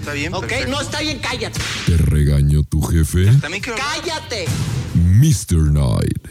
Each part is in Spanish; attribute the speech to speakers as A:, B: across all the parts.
A: está bien.
B: Ok,
A: perfecto.
B: no está bien, cállate.
C: ¿Te regañó tu jefe?
A: También quiero hablar-
B: Cállate.
C: Mr. Knight.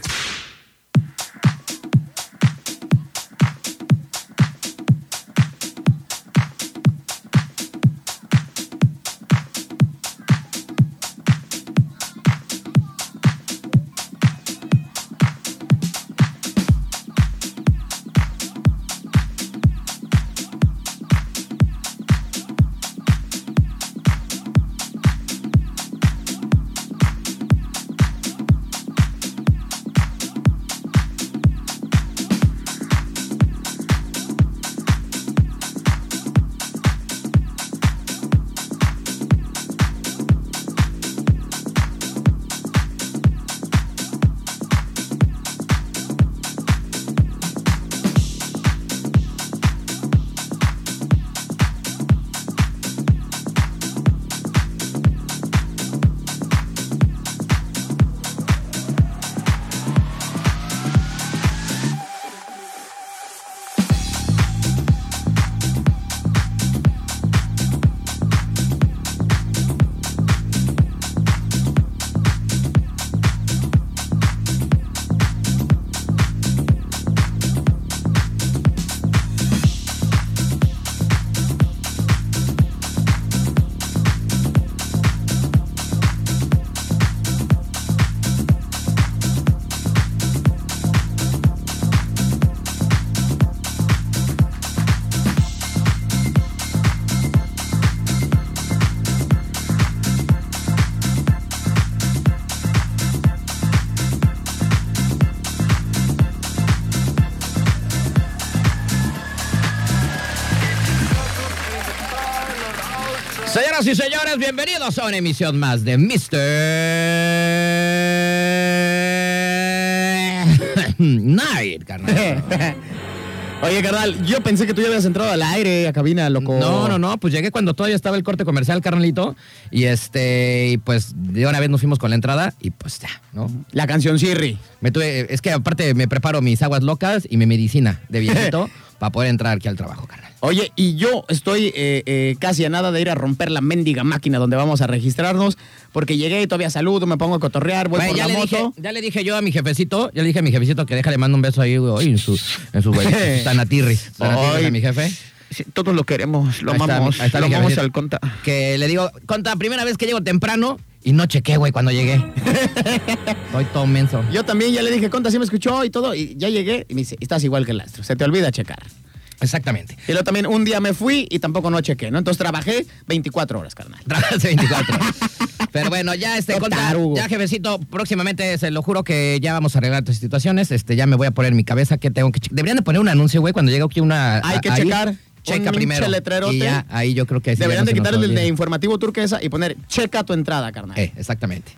D: Señoras y señores, bienvenidos a una emisión más de Mr. Night, carnal.
E: Oye, carnal, yo pensé que tú ya habías entrado al aire, a cabina, loco.
D: No, no, no, pues llegué cuando todavía estaba el corte comercial, carnalito. Y este, y pues de una vez nos fuimos con la entrada y pues ya, ¿no?
E: La canción Sirri.
D: Me tuve, es que aparte me preparo mis aguas locas y mi medicina de viejito para poder entrar aquí al trabajo, carnal.
E: Oye, y yo estoy eh, eh, casi a nada de ir a romper la mendiga máquina donde vamos a registrarnos, porque llegué y todavía saludo, me pongo a cotorrear, voy
D: Güey,
E: Pues por
D: ya,
E: la
D: le
E: moto.
D: dije, ya le dije yo a mi jefecito, ya le dije a mi jefecito que déjale mando un beso ahí, güey, en su, en su güey, Tanatirri. Tanatirri,
E: Ay.
D: a mi jefe.
E: Sí, todos lo queremos, lo
D: Ahí está,
E: amamos,
D: ahí está
E: lo
D: mi
E: amamos
D: jefecito.
E: al conta.
D: Que le digo, conta, primera vez que llego temprano y no chequé, güey, cuando llegué. Estoy todo menso.
E: Yo también ya le dije, conta, sí me escuchó y todo, y ya llegué y me dice, estás igual que el astro, se te olvida checar.
D: Exactamente.
E: Y luego también un día me fui y tampoco no chequé, ¿no? Entonces trabajé 24 horas, carnal.
D: Trabajas 24. Pero bueno, ya este
E: No,
D: conta,
E: tarugo.
D: ya jefecito, próximamente se lo juro que ya vamos a arreglar tus situaciones. Este, ya me voy a poner en mi cabeza que tengo que che- Deberían de poner un anuncio, güey, cuando llegue aquí una.
E: Hay
D: a-
E: que
D: ahí,
E: checar.
D: Checa
E: Un
D: primero.
E: pinche letrerote.
D: Y ya, ahí yo creo que sí ya
E: Deberían
D: no
E: de
D: se nos
E: quitar el
D: olvida.
E: de informativo turquesa y poner, checa tu entrada, carnal.
D: Eh, exactamente.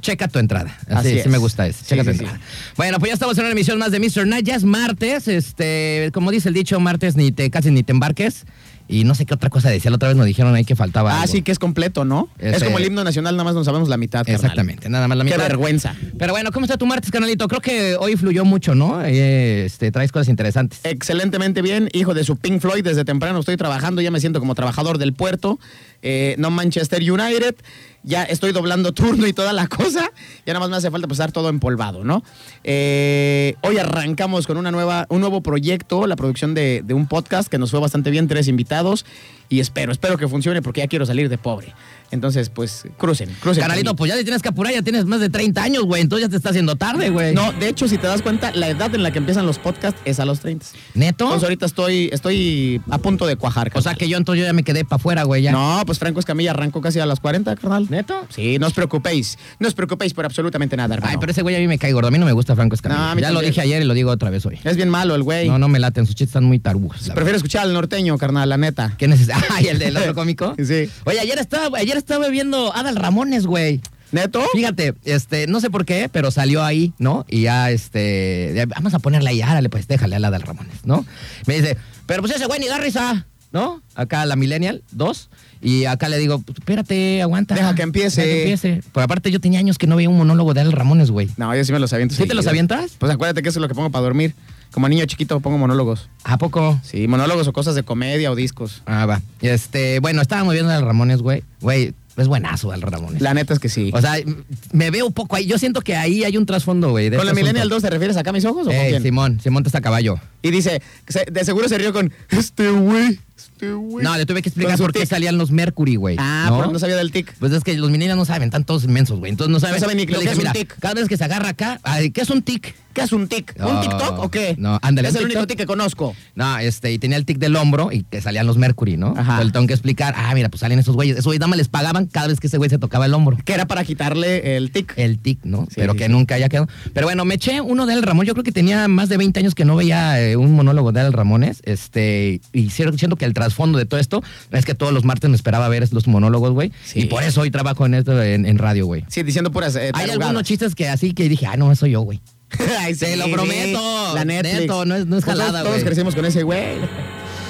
D: Checa tu entrada.
E: Así
D: Así, sí
E: es.
D: me gusta eso.
E: Sí,
D: Checa tu
E: sí, sí.
D: entrada. Bueno, pues ya estamos en una emisión más de Mr. Night. Ya es martes. Este, como dice el dicho, martes ni te casi ni te embarques. Y no sé qué otra cosa decía. La otra vez nos dijeron ahí que faltaba.
E: Ah,
D: algo.
E: sí, que es completo, ¿no? Es
D: Ese-
E: como el himno nacional, nada más no sabemos la mitad. carnal.
D: Exactamente, nada más la
E: Qué
D: mitad.
E: vergüenza.
D: Pero bueno, ¿cómo está tu martes, canalito? Creo que hoy fluyó mucho, ¿no? Eh, Este, traes cosas interesantes.
E: Eh, Excelentemente bien, hijo de su Pink Floyd, desde temprano estoy trabajando, ya me siento como trabajador del puerto, eh, no Manchester United, ya estoy doblando turno y toda la cosa, ya nada más me hace falta pasar todo empolvado, ¿no? Eh, hoy arrancamos con una nueva, un nuevo proyecto, la producción de, de un podcast que nos fue bastante bien, tres invitados, y espero, espero que funcione porque ya quiero salir de pobre. Entonces, pues, crucen, crucen.
D: Canalito,
E: por mí.
D: pues ya te tienes que apurar, ya tienes más de 30 años, güey. Entonces ya te está haciendo tarde, güey.
E: No, de hecho, si te das cuenta, la edad en la que empiezan los podcasts es a los 30.
D: ¿Neto?
E: Entonces ahorita estoy, estoy a punto de cuajar.
D: O sea que yo entonces yo ya me quedé para afuera, güey. Ya.
E: No, pues Franco Escamilla arrancó casi a las 40, carnal.
D: ¿Neto?
E: Sí, no os preocupéis. No os preocupéis por absolutamente nada, hermano.
D: Ay, pero ese güey a mí me cae gordo. A mí no me gusta Franco Escamilla.
E: No, a mí
D: ya lo
E: también.
D: dije ayer y lo digo otra vez hoy.
E: Es bien malo el güey.
D: No, no me laten. Sus chistes están muy tarugos. la
E: Prefiero escuchar al norteño, carnal, la neta.
D: ¿Qué necesitas? Ay, el del otro cómico.
E: Sí.
D: Oye, ayer estaba, ayer estaba viendo Adal Ramones, güey.
E: ¿Neto?
D: Fíjate, este, no sé por qué, pero salió ahí, ¿no? Y ya, este, ya, vamos a ponerle ahí, árale, pues déjale a la del Ramones, ¿no? Me dice, pero pues ese güey ni da risa, ¿no? Acá la Millennial, dos. Y acá le digo, pues, espérate, aguanta.
E: Deja que empiece.
D: Deja que empiece. Por aparte, yo tenía años que no veía un monólogo de Adal Ramones, güey.
E: No, yo sí me los aviento.
D: ¿Sí te los avientas?
E: Pues acuérdate que eso es lo que pongo para dormir. Como niño chiquito pongo monólogos.
D: ¿A poco?
E: Sí, monólogos o cosas de comedia o discos.
D: Ah, va. Este, bueno, estábamos viendo al Ramones, güey. Güey, es buenazo el Ramones.
E: La neta es que sí.
D: O sea, m- me veo un poco ahí. Yo siento que ahí hay un trasfondo, güey. de
E: ¿Con la
D: este
E: Millennial
D: asunto.
E: 2 te refieres acá a mis ojos o con
D: Ey,
E: quién?
D: Simón, Simón te está a caballo.
E: Y dice, se- de seguro se rió con este güey, este güey.
D: No, le tuve que explicar
E: Con su
D: por qué
E: tic.
D: salían los Mercury, güey.
E: Ah,
D: ¿no?
E: porque no sabía del tic.
D: Pues es que los mineros no saben, están todos inmensos, güey. Entonces no saben.
E: saben ni
D: Yo
E: lo
D: le
E: que
D: dije,
E: es un
D: mira,
E: tic.
D: Cada vez que se agarra acá, ay, ¿qué es un tic?
E: ¿Qué es un tic? ¿Un
D: No,
E: TikTok o qué?
D: no, ándale,
E: Es
D: un
E: el único
D: TikTok.
E: tic que conozco.
D: No, este, y tenía el tic del hombro y que salían los Mercury, ¿no?
E: Ajá.
D: Ajá. Le tengo que explicar, ah, mira, pues salen esos güeyes. Esos güeyes nada más les pagaban cada vez que ese güey se tocaba el hombro.
E: Que era para quitarle el tic.
D: El tic, ¿no?
E: Sí,
D: Pero
E: sí,
D: que
E: sí.
D: nunca haya quedado. Pero bueno, me eché uno del Ramón. Yo creo que tenía más de 20 años que no veía eh, un monólogo de Al Ramones. Este, y siento siento que el trasfondo de todo esto es que todos los martes me esperaba ver los monólogos, güey.
E: Sí.
D: Y por eso hoy trabajo en esto, en, en radio, güey.
E: Sí, diciendo puras eh,
D: Hay
E: tarugadas.
D: algunos chistes que así que dije, ah, no, eso yo, güey.
E: Ay,
D: Te lo
E: sí,
D: prometo.
E: La Netflix.
D: Neto, no es- no es
E: Nosotros
D: jalada,
E: Todos
D: güey.
E: crecimos con ese güey.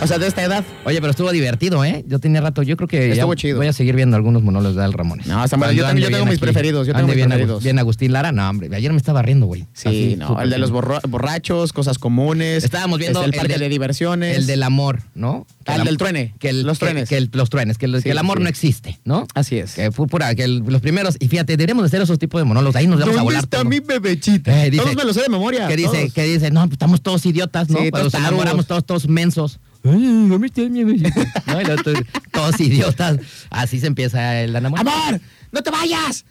E: O sea, de esta edad.
D: Oye, pero estuvo divertido, ¿eh? Yo tenía rato, yo creo que
E: Estuvo
D: ya
E: chido.
D: voy a seguir viendo algunos monólogos de Al Ramones.
E: No, está bueno. Yo
D: Cuando
E: también- yo
D: ande
E: tengo
D: bien
E: mis preferidos, yo tengo
D: ande
E: mis
D: bien Agus-
E: preferidos.
D: Bien Agustín Lara, no, hombre, ayer me estaba riendo, güey.
E: Sí,
D: Así,
E: no.
D: súper
E: El de
D: bien.
E: los borro- borrachos, cosas comunes.
D: Estábamos viendo
E: este, el
D: el
E: parque
D: de-
E: de diversiones.
D: El del amor, ¿no?
E: Ah, el
D: am-
E: del truene,
D: Que el-
E: los
D: que-
E: truenes.
D: Que, el- los truenes, que el,
E: Sí,
D: que el
E: sí,
D: amor
E: sí.
D: no existe, ¿no?
E: Así es.
D: Que fue pura, que el- los primeros. Y fíjate, deberíamos de hacer esos tipos de monólogos. Ahí nos vamos a
E: ¿Dónde
D: volar.
E: está
D: todos.
E: mi bebechita?
D: Eh, dice-
E: todos me lo sé de memoria.
D: que dice,
E: todos.
D: que dice, no, pues estamos todos idiotas, ¿no?
E: Sí,
D: Pero nos
E: todos tarugos.
D: enamoramos todos, todos mensos. Ay, ¿dónde está mi bebecita? ¿No? Y luego tú- todos idiotas. Así se empieza el enamoramiento.
E: ¡Amor! Ah, ¡No te vayas!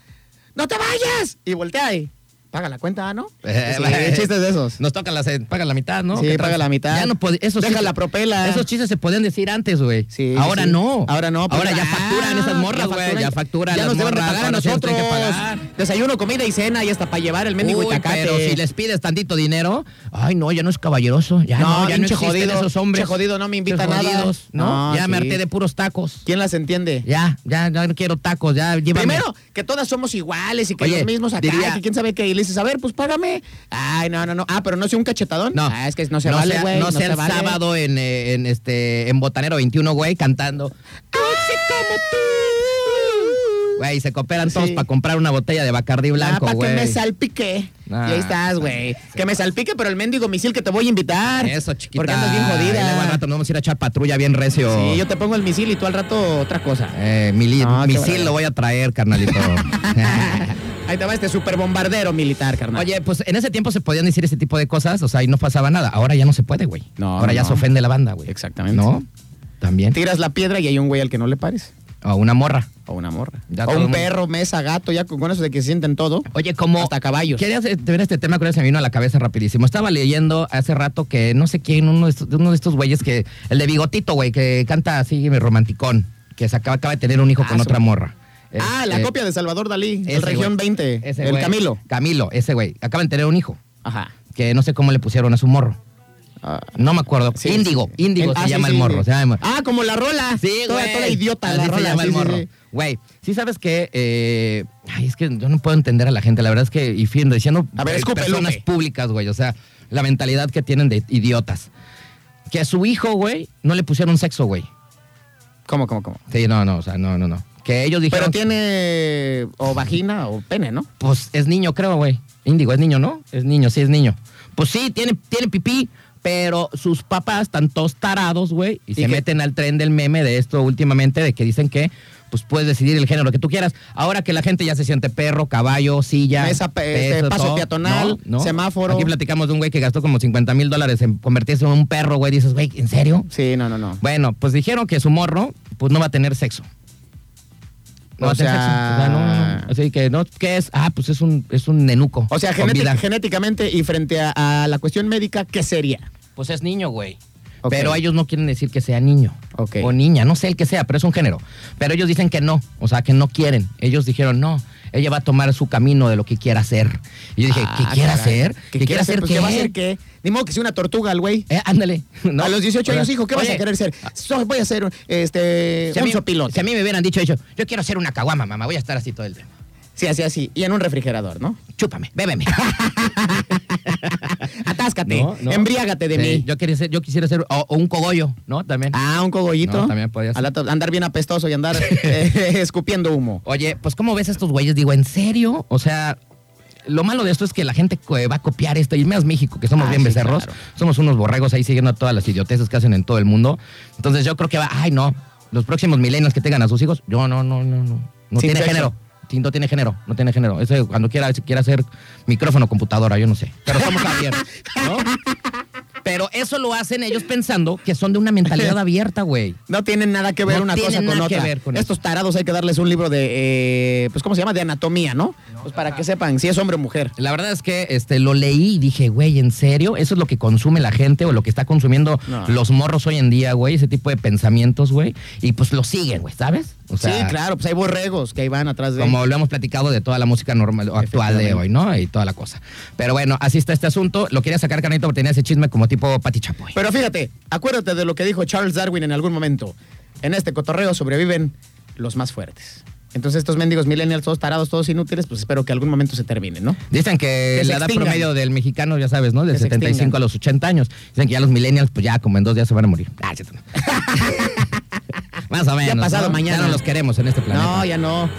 E: ¡No te vayas! Y voltea ahí. Paga la cuenta, ¿no?
D: Eh,
E: Sí,
D: eh,
E: chistes de esos.
D: Nos toca la, paga la mitad, ¿no?
E: Sí,
D: ¿Qué
E: paga
D: tra-
E: la mitad.
D: Ya no pod- esos
E: Deja
D: chistes-
E: la propela.
D: Esos chistes se podían decir antes, güey.
E: Sí,
D: Ahora
E: sí.
D: no.
E: Ahora no.
D: Ahora ya
E: Ah,
D: facturan esas morras,
E: ya
D: güey.
E: facturan.
D: Ya facturan.
E: Ya
D: las
E: nos deben de
D: morras
E: pagar a
D: cuando tienen
E: nosotros.
D: que pagar.
E: Desayuno, comida y cena y hasta para llevar el mendigo
D: Uy,
E: y tacate.
D: pero si les pides tantito dinero, ay no, ya no es caballeroso, ya no, ya no
E: pinche
D: existen esos hombres.
E: pinche jodido, no me invita a
D: Pinches
E: nada.
D: jodidos, ¿no? ya me
E: sí.
D: harté de puros tacos.
E: ¿Quién las entiende?
D: Ya, ya, ya no quiero tacos, ya llévame.
E: Primero, que todas somos iguales y que
D: Oye,
E: los mismos acá,
D: diría-
E: que quién sabe qué. Y le dices, a ver, pues págame. Ay, no, no, no. Ah, pero no sé, un cachetadón.
D: No.
E: Ah, es que no se vale,
D: sea-
E: güey.
D: No, sea
E: se
D: el
E: vale.
D: sábado en, eh, en, este, en Botanero 21, güey, cantando. Güey, se cooperan todos
E: Sí.
D: para comprar una botella de Bacardí blanco,
E: Ah, para
D: güey.
E: que me salpique.
D: Ah,
E: y ahí estás, güey.
D: sí.
E: Que me salpique, pero el mendigo misil que te voy a invitar.
D: Eso, chiquita.
E: Porque andas bien
D: Ahí luego al
E: jodida.
D: rato nos vamos a ir a echar patrulla bien recio.
E: Sí, yo te pongo el misil y tú al rato otra cosa.
D: Eh, mili-
E: Ah, qué
D: misil
E: barbaridad.
D: lo voy a traer, carnalito.
E: Ahí te va este super bombardero militar, carnal.
D: Oye, pues en ese tiempo se podían decir ese tipo de cosas, o sea, y no pasaba nada. Ahora ya no se puede, güey.
E: No,
D: Ahora ya
E: no.
D: se ofende la banda, güey.
E: Exactamente.
D: ¿No? También.
E: tiras la piedra y hay un güey al que no le pares.
D: O una morra.
E: O una morra.
D: Ya
E: o
D: todo el
E: un
D: mundo-
E: perro, mesa, gato, ya con con eso de que se sienten todo.
D: Oye, como.
E: Hasta caballos.
D: Quería hacer- tener este tema, creo que se me vino a la cabeza rapidísimo. Estaba leyendo hace rato que no sé quién, uno de estos, uno de estos güeyes que. El de Bigotito, güey, que canta así romanticón. Que se acaba, acaba de tener un hijo
E: Ah,
D: con
E: su-
D: otra morra.
E: ah,
D: Este,
E: la copia de Salvador Dalí,
D: ese
E: el Región
D: güey.
E: 20,
D: Ese
E: el
D: güey.
E: Camilo.
D: Camilo, ese güey. Acaban de tener un hijo.
E: Ajá.
D: Que no sé cómo le pusieron a su morro.
E: Ah,
D: No me acuerdo.
E: sí,
D: índigo,
E: sí.
D: índigo
E: Ah,
D: se
E: sí,
D: llama
E: sí,
D: el morro.
E: sí.
D: Se llama...
E: Ah, como la rola.
D: Sí, güey.
E: Toda, toda idiota
D: Así
E: la rola.
D: se llama
E: sí,
D: el
E: sí,
D: morro.
E: sí.
D: Güey, sí sabes que... eh, ay, es que yo no puedo entender a la gente. La verdad es que, y fin, diciendo
E: A ver,
D: eh,
E: escupe,
D: personas
E: Lupe.
D: públicas, güey. O sea, la mentalidad que tienen de idiotas. Que a su hijo, güey, no le pusieron sexo, güey.
E: ¿Cómo, cómo, cómo?
D: Sí, no, no, o sea, no, no, no. Que ellos dijeron...
E: Pero tiene o vagina o pene, ¿no?
D: Pues es niño, creo, güey. Índigo, es niño, ¿no? Es niño, sí, es niño. Pues sí, tiene, tiene pipí, pero sus papás están todos tarados, güey, y,
E: ¿Y
D: se
E: qué?
D: meten al tren del meme de esto últimamente, de que dicen que pues puedes decidir el género que tú quieras. Ahora que la gente ya se siente perro, caballo, silla,
E: Mesa, pe- este, paso peatonal, semáforo.
D: Aquí platicamos de un güey que gastó como 50 mil dólares en convertirse en un perro, güey. Dices, güey, ¿en serio?
E: Sí, no, no, no.
D: Bueno, pues dijeron que su morro, pues no va a tener sexo. No
E: O
D: va a tener
E: sea-
D: sexo. O sea, no, no, no. Así que no, ¿qué es? Ah, pues es un, es un nenuco.
E: O sea,
D: con
E: genéti-
D: vida.
E: genéticamente y frente a, a la cuestión médica, ¿qué sería?
D: Pues es niño, güey.
E: Ok.
D: Pero ellos no quieren decir que sea niño
E: Ok.
D: o niña, no sé el que sea, pero es un género. Pero ellos dicen que no, o sea, que no quieren. Ellos dijeron, no, ella va a tomar su camino de lo que quiera hacer. Y yo dije,
E: Ah,
D: ¿qué quiere
E: caray.
D: hacer?
E: ¿Qué quiere hacer? Pues, ¿Qué va a hacer qué? Ni modo que sea una tortuga el güey.
D: Eh, ándale. ¿no?
E: A los 18
D: O sea,
E: años, hijo, ¿qué vas
D: oye,
E: a querer ser? Soy- voy a ser este,
D: Si a,
E: un
D: mí,
E: sopilote.
D: si a mí me hubieran dicho, yo, yo quiero ser una caguama, mamá, voy a estar así todo el tiempo.
E: Sí, así, así. Y en un refrigerador, ¿no?
D: Chúpame, bébeme.
E: Atáscate. Embriágate de
D: Sí,
E: mí.
D: Yo, quería ser- yo quisiera ser o, o un cogollo, ¿no? También.
E: Ah, un cogollito.
D: No, también podía ser.
E: Al rato andar bien apestoso y andar eh, escupiendo humo.
D: Oye, pues ¿cómo ves a estos güeyes? Digo, ¿en serio? O sea, lo malo de esto es que la gente co- va a copiar esto, y más México, que somos
E: Ah,
D: bien
E: sí,
D: becerros,
E: claro.
D: somos unos borregos ahí siguiendo a todas las idioteces que hacen en todo el mundo. Entonces yo creo que va, ay no, los próximos milenios que tengan a sus hijos, yo no, no, no, no. No
E: Sin
D: tiene
E: sexo.
D: género. Sí, no tiene género, no tiene género. Eso cuando quiera, si quiera hacer micrófono, computadora, yo no sé. Pero estamos abiertos, ¿no? Pero eso lo hacen ellos pensando que son de una mentalidad abierta, güey.
E: No tienen nada que ver
D: No
E: una cosa
D: tienen
E: con
D: nada que
E: otra.
D: ver con
E: Estos tarados hay que darles un libro de, eh, pues, ¿cómo se llama? De anatomía, ¿no? Pues para que sepan si es hombre o mujer.
D: La verdad es que este, lo leí y dije, güey, ¿en serio? ¿Eso es lo que consume la gente o lo que está consumiendo
E: No.
D: los morros hoy en día, güey? Ese tipo de pensamientos, güey. Y pues lo siguen, güey, ¿sabes? O sea,
E: sí, claro, pues hay borregos que ahí van atrás de...
D: Como lo hemos platicado de toda la música normal o actual de
E: Efectivamente.
D: hoy, ¿no? Y toda la cosa. Pero bueno, así está este asunto. Lo quería sacar, Carnito, porque tenía ese chisme como tipo Pati Chapoy.
E: Pero fíjate, acuérdate de lo que dijo Charles Darwin en algún momento. En este cotorreo sobreviven los más fuertes. Entonces estos mendigos millennials, todos tarados, todos inútiles, pues espero que algún momento se terminen, ¿no?
D: Dicen que,
E: Que se
D: la edad
E: extingan.
D: promedio del mexicano, ya sabes, ¿no? De
E: Que se
D: 75
E: extingan.
D: a los 80 años. Dicen que ya los millennials, pues ya como en dos días se van a morir. Ah, cierto, no. Más o menos.
E: pasado
D: ¿no?
E: mañana.
D: Ya no los queremos en este planeta.
E: No, ya no.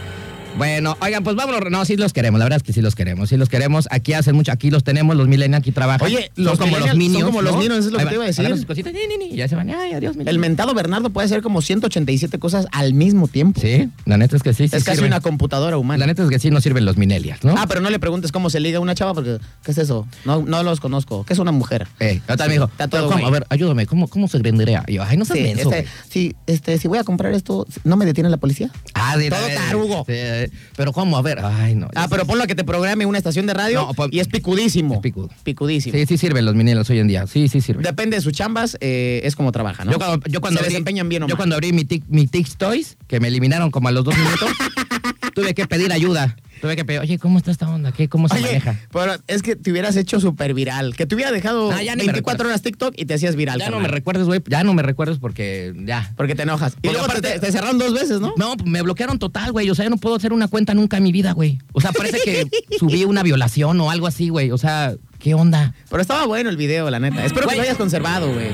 D: Bueno, oigan, pues vámonos. No, sí los queremos. La verdad es que sí los queremos. Sí los queremos. Aquí hacen mucho. Aquí los tenemos. Los millennials aquí trabajan.
E: Oye, los millennials son
D: minions,
E: como los
D: ¿no?
E: minions, es lo
D: Ahí
E: que te
D: va,
E: iba a decir.
D: agarran sus cositas, ni, ni, ni, ya se van. Ay, adiós, mi
E: El mentado Bernardo puede hacer como 187 cosas al mismo tiempo.
D: Sí, la neta es que sí. sí
E: es casi
D: sirven.
E: una computadora humana.
D: La neta es que sí nos sirven los millennials, ¿no?
E: Ah, pero no le preguntes cómo se liga una chava porque, ¿qué es eso? No, no los conozco. ¿Qué es una mujer?
D: Eh, yo también me dijo,
E: Está todo
D: ¿cómo?
E: güey.
D: A ver, ayúdame, ¿cómo, cómo se vendería? Y yo, ay, no seas
E: Sí,
D: menso,
E: este,
D: güey.
E: sí, este, si voy a comprar esto, ¿no me detiene la policía?
D: Ah, de
E: todo
D: de- de-
E: tarugo.
D: sí, eh, pero ¿cómo? A ver, ay, no.
E: Ah, pero ponlo a que te programe una estación de radio
D: No, pues-
E: y es picudísimo.
D: Es picudo.
E: Picudísimo.
D: Sí, sí sirven los millennials hoy en día. Sí, sí sirven.
E: Depende de sus chambas, eh, es como trabaja, ¿no?
D: Yo cuando, yo cuando
E: Se
D: abrí,
E: desempeñan bien o
D: yo
E: mal.
D: cuando abrí mi, tic, mi Tix Toys, que me eliminaron como a los dos minutos, tuve que pedir ayuda. Tuve que pedir, oye, ¿cómo está esta onda? ¿Qué, ¿Cómo se
E: Oye,
D: maneja?
E: pero es que te hubieras hecho súper viral. Que te hubiera dejado
D: Ah, ya ni me
E: 24 horas TikTok y te hacías viral.
D: Ya no
E: carnal.
D: me recuerdes, güey. Ya no me recuerdes porque ya.
E: Porque te enojas. Y
D: Porque
E: luego
D: aparte-
E: te, te cerraron dos veces, ¿no?
D: No, me bloquearon total, güey. O sea, yo no puedo hacer una cuenta nunca en mi vida, güey. O sea, parece que subí una violación o algo así, güey. O sea, ¿qué onda?
E: Pero estaba bueno el video, la neta. Espero
D: Güey.
E: que lo hayas conservado, güey.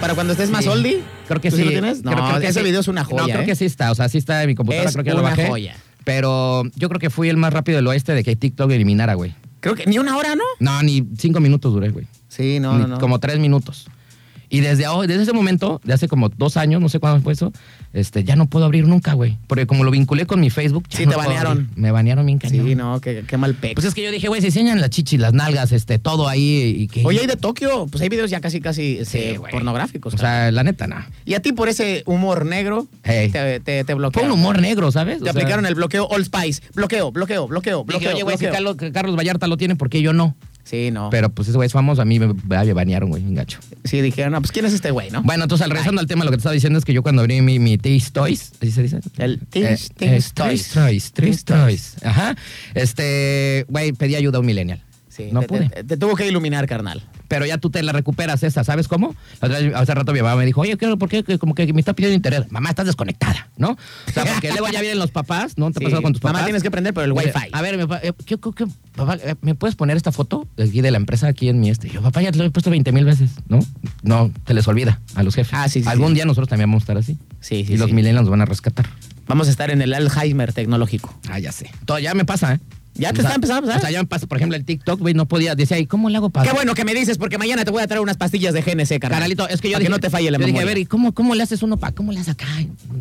E: Para cuando estés más
D: Sí.
E: oldie.
D: Creo que
E: ¿Tú
D: sí.
E: lo tienes? No,
D: Creo- creo que
E: ese
D: sí.
E: video es una joya.
D: No, creo
E: ¿eh?
D: que sí está. O sea, sí está en mi computadora.
E: Es
D: creo que ya lo
E: una
D: bajé.
E: joya.
D: Pero yo creo que fui el más rápido del oeste de que TikTok eliminara, güey.
E: Creo que ni una hora, ¿no?
D: No, ni cinco minutos duré, güey.
E: Sí, no, no,
D: Ni-
E: no.
D: Como tres minutos. Y desde, ahora- desde ese momento, de hace como dos años, no sé cuándo fue eso, este, ya no puedo abrir nunca, güey. Porque como lo vinculé con mi Facebook, ya
E: Sí,
D: no
E: te
D: puedo
E: banearon.
D: abrir. Me banearon bien cañón.
E: Sí, no, qué, qué mal pex.
D: Pues es que yo dije, güey, se enseñan las chichis, las nalgas, este, todo ahí y que.
E: Oye, hay de Tokio, pues hay videos ya casi, casi este,
D: Sí, güey.
E: pornográficos.
D: o
E: cara.
D: sea, la neta, nada.
E: y a ti por ese humor negro
D: Hey.
E: te, te, te
D: Fue
E: bloquearon.
D: un humor negro, ¿sabes?
E: Te aplicaron el bloqueo All Spice. Bloqueo, bloqueo, bloqueo, bloqueo.
D: Dije, oye, güey, si
E: bloqueo".
D: Carlos, Carlos Vallarta lo tiene, ¿por qué yo no?
E: Sí, no.
D: Pero pues ese güey es famoso, a mí me, me banearon, güey, un gacho.
E: sí, dijeron, no, pues ¿quién es este güey, no?
D: Bueno, entonces, al regresando al tema, lo que te estaba diciendo es que yo cuando abrí mi, mi Taste Toys, ¿así se dice?
E: El Taste-
D: Eh, eh,
E: Taste Toys.
D: Taste Toys, Taste
E: Taste
D: Toys. Ajá. Este, güey, pedí ayuda a un millennial.
E: Sí,
D: no
E: te,
D: pude.
E: Te, te tuvo que iluminar, carnal.
D: Pero ya tú te la recuperas esa, ¿sabes cómo? La otra vez, hace rato mi mamá me dijo, oye, ¿qué- ¿por qué que como que me está pidiendo interés? Mamá, estás desconectada, ¿no? O sea, porque luego ya vienen los papás, ¿no? ¿Te ha
E: Sí.
D: pasado con tus papás?
E: Mamá, tienes que prender por el
D: Oye,
E: Wi-Fi.
D: A ver, mi papá, eh, ¿qué- qué- qué- papá, eh, ¿me puedes poner esta foto de aquí de la empresa aquí en mi este? Yo, papá, ya te lo he puesto 20 mil veces, ¿no? No, te les olvida a los jefes.
E: Ah, sí, sí,
D: Algún
E: sí.
D: día nosotros también vamos a estar así.
E: Sí,
D: y los millennials nos van a rescatar.
E: Vamos a estar en el Alzheimer tecnológico.
D: Ah, ya sé. Todo ya me pasa, ¿eh?
E: Ya te está empezando a pasar.
D: O sea, ya me pasa, por ejemplo, el TikTok, güey, no podía. Decía, ¿y cómo le hago para
E: Qué bueno que me dices, porque mañana te voy a traer unas pastillas de GNC, carnal.
D: Carnalito, es que yo
E: Para
D: dije,
E: no te falle la
D: yo dije,
E: memoria.
D: a ver, ¿y cómo, cómo le haces uno para cómo le haces acá?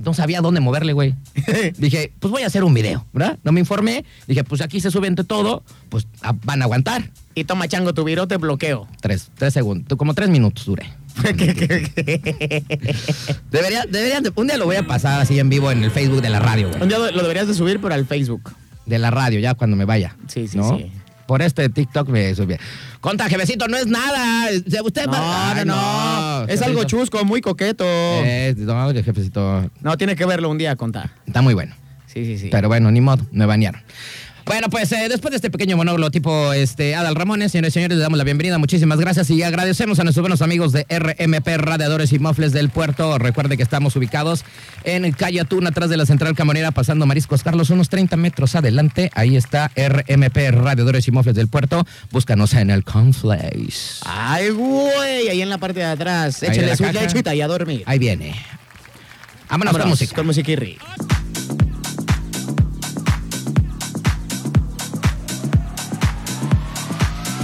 D: No sabía dónde moverle, güey. dije, pues voy a hacer un video, ¿verdad? No me informé. Dije, pues aquí se sube entre todo, pues a- van a aguantar.
E: y toma chango tu virote, bloqueo.
D: Tres, tres segundos, como tres minutos duré.
E: ¿Qué, qué, qué?
D: Debería, deberían, de- un día lo voy a pasar así en vivo en el Facebook de la radio,
E: Un
D: güey.
E: día lo lo deberías de subir, pero al Facebook.
D: De la radio, ya cuando me vaya.
E: Sí, sí, sí.
D: Por este TikTok me subí. Conta, jefecito, no es nada. Usted
E: Eh, Ah, No, no,
D: Ay,
E: no. Es
D: jefecito.
E: algo chusco, muy coqueto.
D: Eh, no, jefecito,
E: No, tiene que verlo un día, contar.
D: está muy bueno.
E: Sí, sí, sí.
D: Pero bueno, ni modo, me banearon. Bueno, pues eh, después de este pequeño monólogo tipo este, Adal Ramones, señores y señores, les damos la bienvenida. Muchísimas gracias y agradecemos a nuestros buenos amigos de RMP, Radiadores y Mofles del Puerto. Recuerde que estamos ubicados en Calle Atún, atrás de la Central Camonera, pasando Mariscos Carlos, unos 30 metros adelante. Ahí está RMP, Radiadores y Mofles del Puerto. Búscanos en el Conflace.
E: Ay, güey, ahí en la parte de atrás.
D: Ahí en
E: Échale
D: la
E: su
D: caja.
E: lechita y a dormir.
D: Ahí viene. Vámonos, con
E: Vámonos,
D: música.
E: Con musiquirri.
A: Thank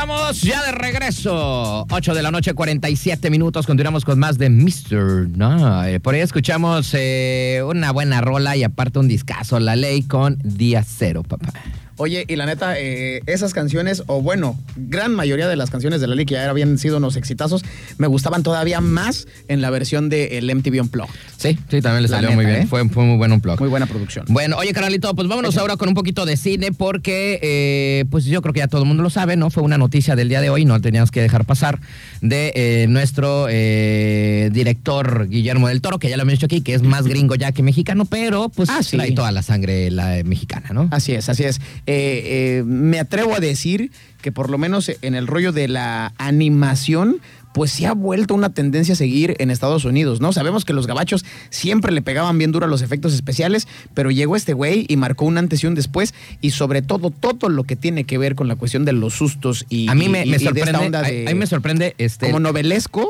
D: amigos, ya de regreso. 8 de la noche, 47 minutos. Continuamos con más de Mr. Night. Por ahí escuchamos eh, una buena rola y aparte un discazo, La Ley con Día Cero, papá.
E: Oye, y la neta, eh, esas canciones, o bueno, gran mayoría de las canciones de la Ley que ya habían sido unos exitazos, me gustaban todavía más en la versión eh, del MTV Unplugged.
D: Sí, sí, también le
E: La
D: salió
E: neta,
D: muy bien.
E: ¿eh?
D: Fue, fue muy buen un blog.
E: Muy buena producción.
D: Bueno, oye, Carolito, pues vámonos ahora con un poquito de cine porque, eh, pues yo creo que ya todo el mundo lo sabe, ¿no? Fue una noticia del día de hoy, no la teníamos que dejar pasar, de eh, nuestro eh, director Guillermo del Toro, que ya lo hemos dicho aquí, que es más gringo ya que mexicano, pero pues
E: Ah, sí. Ah,
D: trae toda la sangre la, eh, mexicana, ¿no?
E: Así es, así es. Eh, eh, me atrevo a decir que por lo menos en el rollo de la animación, pues se ha vuelto una tendencia a seguir en Estados Unidos, ¿no? Sabemos que los gabachos siempre le pegaban bien duro a los efectos especiales, pero llegó este güey y marcó un antes y un después, y sobre todo todo lo que tiene que ver con la cuestión de los sustos y
D: a mí me,
E: y-
D: me
E: y de esta
D: sorprende,
E: onda
D: a-
E: de-
D: a mí me sorprende, este,
E: como novelesco.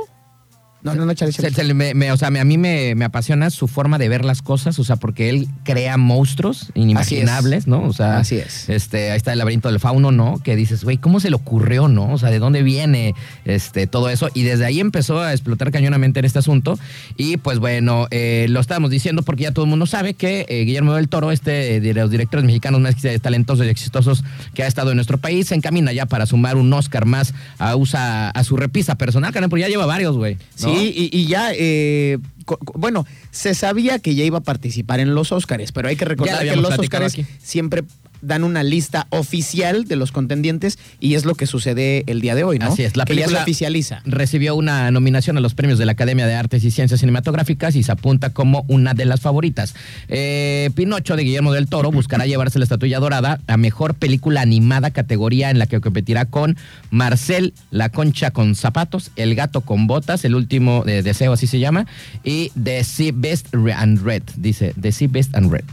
E: No, no, no, chale, chale,
D: Se- se le- me- me- o sea, me- a mí me, me apasiona su forma de ver las cosas, o sea, porque él crea monstruos inimaginables, ¿no? O sea,
E: Así es.
D: Este, ahí está el laberinto del fauno, ¿no? Que dices, güey, ¿cómo se le ocurrió, no? O sea, ¿de dónde viene este, todo eso? Y desde ahí empezó a explotar cañonamente en este asunto. Y pues bueno, eh, lo estábamos diciendo porque ya todo el mundo sabe que eh, Guillermo del Toro, este eh, de los directores mexicanos más talentosos y exitosos que ha estado en nuestro país, se encamina ya para sumar un Oscar más a, usa, a su repisa personal, carnal, porque ya lleva varios, güey. ¿no?
E: Sí, y, y ya, eh, co- co- bueno, se sabía que ya iba a participar en los Óscares, pero hay
D: Ya
E: que
D: lo
E: recordar que
D: habíamos
E: los
D: platicado
E: Óscares
D: aquí.
E: siempre dan una lista oficial de los contendientes y es lo que sucede el día de hoy, ¿no?
D: Así es, la
E: Que ya
D: película-
E: se oficializa.
D: Recibió una nominación a los premios de la Academia de Artes y Ciencias Cinematográficas y se apunta como una de las favoritas. Eh, Pinocho de Guillermo del Toro buscará llevarse la estatuilla dorada a mejor película animada categoría en la que competirá con Marcel, La Concha con Zapatos, El Gato con Botas, El Último eh, Deseo, así se llama, y The Sea Best Re- and Red, dice The Sea Best and Red.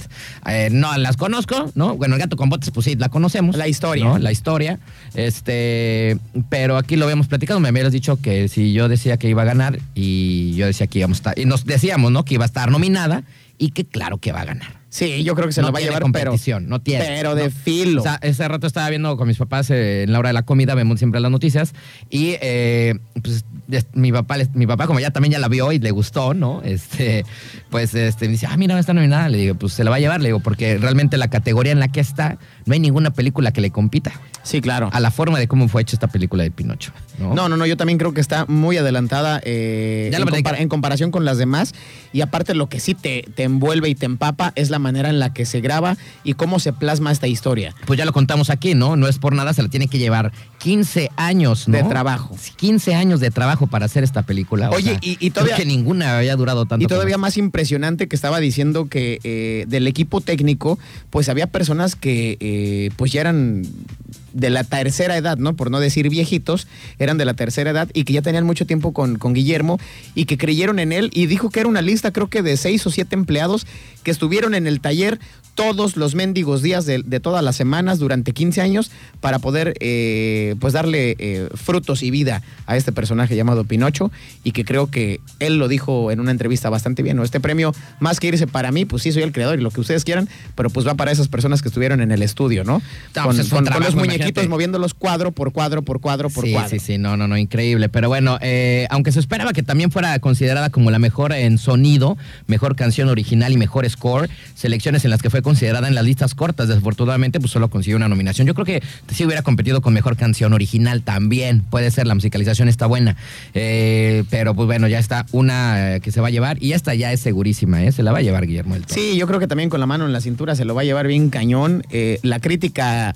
D: Eh, no las conozco, ¿no? Bueno, El Gato con Botas, pues sí, la conocemos.
E: La historia.
D: ¿no? la historia. Este, pero aquí lo habíamos platicado. Me habías dicho que si yo decía que iba a ganar y yo decía que íbamos a estar, y nos decíamos, ¿no? Que iba a estar nominada y que claro que va a ganar.
E: Sí, yo creo que se
D: no
E: lo va a
D: tiene
E: llevar, pero,
D: competición, no tiene.
E: pero de
D: No.
E: filo.
D: O sea, ese rato estaba viendo con mis papás eh, en la hora de la comida, vemos siempre las noticias. Y eh, pues des- mi papá, les- mi papá, como ya también ya la vio y le gustó, ¿no? Este, pues este, me dice, ah, mira, no está nominada. Le digo, pues se la va a llevar, le digo, porque realmente la categoría en la que está, no hay ninguna película que le compita
E: sí, claro.
D: a la forma de cómo fue hecha esta película de Pinocho. No,
E: No, no, no, yo también creo que está muy adelantada eh,
D: Ya lo
E: en,
D: platicamos.
E: compara- en comparación con las demás. Y aparte lo que sí te, te envuelve y te empapa es la manera en la que se graba y cómo se plasma esta historia.
D: Pues ya lo contamos aquí, ¿no? No es por nada, se la tiene que llevar 15 años ¿no?
E: De trabajo.
D: 15 años de trabajo para hacer esta película. o
E: Oye,
D: sea,
E: y- y todavía-
D: creo que ninguna había durado tanto.
E: Y todavía
D: como
E: más impresionante que estaba diciendo que eh, del equipo técnico, pues había personas que eh, pues ya eran de la tercera edad, ¿no? Por no decir viejitos, eran de la tercera edad y que ya tenían mucho tiempo con, con Guillermo y que creyeron en él y dijo que era una lista creo que de seis o siete empleados que estuvieron en el taller todos los mendigos días de, de todas las semanas durante 15 años para poder eh, pues darle eh, frutos y vida a este personaje llamado Pinocho y que creo que él lo dijo en una entrevista bastante bien. ¿no? Este premio, más que irse para mí, pues sí, soy el creador y lo que ustedes quieran, pero pues va para esas personas que estuvieron en el estudio, ¿no?
D: No,
E: con,
D: pues es un
E: con- con
D: trabajo,
E: los muñequitos
D: imagínate.
E: moviéndolos cuadro por cuadro por cuadro por
D: sí,
E: cuadro.
D: sí, sí, no, no, no, increíble. Pero bueno, eh, aunque se esperaba que también fuera considerada como la mejor en sonido, mejor canción original y mejor score, selecciones en las que fue considerada en las listas cortas, desafortunadamente, pues solo consiguió una nominación. Yo creo que si hubiera competido con mejor canción original también, puede ser, la musicalización está buena. Eh, pero pues bueno, ya está una eh, que se va a llevar y esta ya es segurísima, ¿eh? Se la va a llevar Guillermo del Toro.
E: Sí, yo creo que también con la mano en la cintura se lo va a llevar bien cañón. Eh, la crítica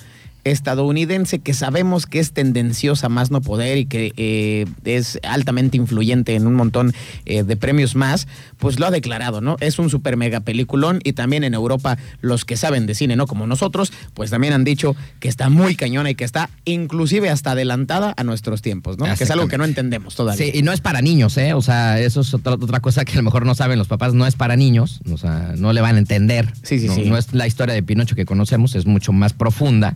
E: estadounidense, que sabemos que es tendenciosa más no poder y que eh, es altamente influyente en un montón eh, de premios más, pues lo ha declarado, ¿no? Es un super mega peliculón y también en Europa los que saben de cine, ¿no? Como nosotros, pues también han dicho que está muy cañona y que está inclusive hasta adelantada a nuestros tiempos, ¿no? Que es algo que no entendemos todavía.
D: Sí, y no es para niños, ¿eh? O sea, eso es otra, otra cosa que a lo mejor no saben los papás, no es para niños, o sea, no le van a entender.
E: Sí, sí,
D: no,
E: sí.
D: No es la historia de Pinocho que conocemos, es mucho más profunda.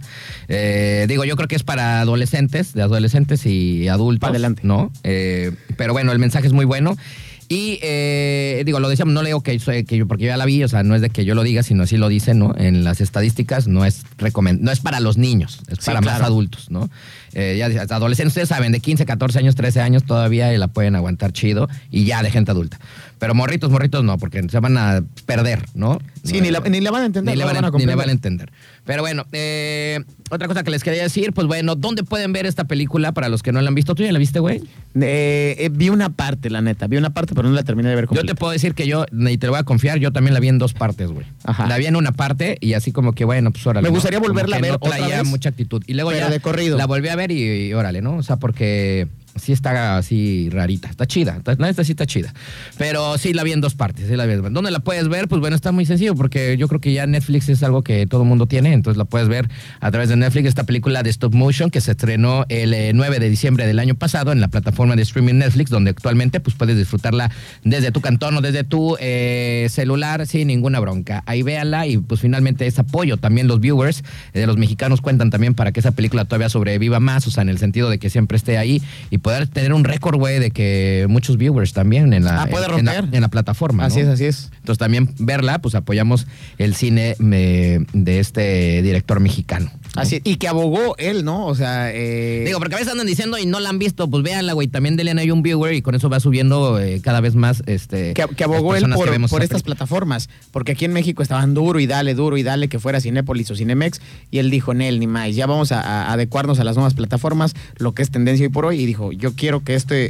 D: Eh, digo, yo creo que es para adolescentes, de adolescentes y adultos.
E: Para adelante.
D: ¿No? Eh, pero bueno, el mensaje es muy bueno. Y eh, digo, lo decíamos, no le digo que, soy- que yo, porque yo ya la vi, o sea, no es de que yo lo diga, sino así lo dicen, ¿no? En las estadísticas no es recomen- no es para los niños, es
E: Sí,
D: para más
E: claro.
D: adultos, ¿no? eh, ya de- adolescentes, ustedes saben, de 15, 14 años, 13 años todavía y la pueden aguantar chido y ya de gente adulta. Pero morritos, morritos no, porque se van a perder, ¿no?
E: Sí,
D: No,
E: ni la, ni la van a entender.
D: ni le
E: no la
D: van, a-
E: van a
D: ni le van a
E: comprender.
D: entender. Pero bueno, eh, otra cosa que les quería decir, pues bueno, ¿dónde pueden ver esta película para los que no la han visto? ¿Tú ya la viste, güey?
E: Eh, eh, vi una parte, la neta. Vi una parte, pero no la terminé de ver
D: Yo te
E: completa.
D: puedo decir que yo, y te lo voy a confiar, yo también la vi en dos partes, güey.
E: Ajá.
D: La vi en una parte y así como que, bueno, pues órale.
E: Me
D: ¿no?
E: gustaría
D: Como
E: volverla
D: que
E: a ver
D: No
E: otra
D: traía
E: vez,
D: mucha actitud. Y luego
E: pero
D: ya
E: de corrido.
D: la volví a ver y, y órale, ¿no? O sea, porque sí está así rarita, está chida, está, no, esta sí está chida. Pero sí la vi en dos partes, sí la vi. ¿Dónde la puedes ver? Pues bueno, está muy sencillo porque yo creo que ya Netflix es algo que todo el mundo tiene, entonces la puedes ver a través de Netflix, esta película de stop motion que se estrenó el eh, 9 de diciembre del año pasado en la plataforma de streaming Netflix, donde actualmente pues puedes disfrutarla desde tu cantón o desde tu eh, celular sin ninguna bronca. Ahí véanla y pues finalmente es apoyo también los viewers eh, de los mexicanos cuentan también para que esa película todavía sobreviva más, o sea, en el sentido de que siempre esté ahí y poder tener un récord, güey, de que muchos viewers también en la,
E: Ah, puede
D: en- en la- En,
E: romper.
D: la, plataforma.
E: Así
D: ¿no?
E: es, así es.
D: Entonces también verla, pues apoyamos el cine eh, de este director mexicano. ¿no?
E: Así, y que abogó él, ¿no? O sea, eh,
D: Digo, porque a veces andan diciendo y no la han visto, pues véanla, güey. También denle ahí un viewer y con eso va subiendo eh, cada vez más este.
E: que, que
D: las
E: abogó él
D: personas que
E: por,
D: vemos
E: por
D: esa
E: estas
D: película.
E: plataformas. Porque aquí en México estaban duro y dale, duro y dale que fuera Cinépolis o Cinemex. Y él dijo, Nel, ni más, ya vamos a, a adecuarnos a las nuevas plataformas, lo que es tendencia hoy por hoy. Y dijo, yo quiero que este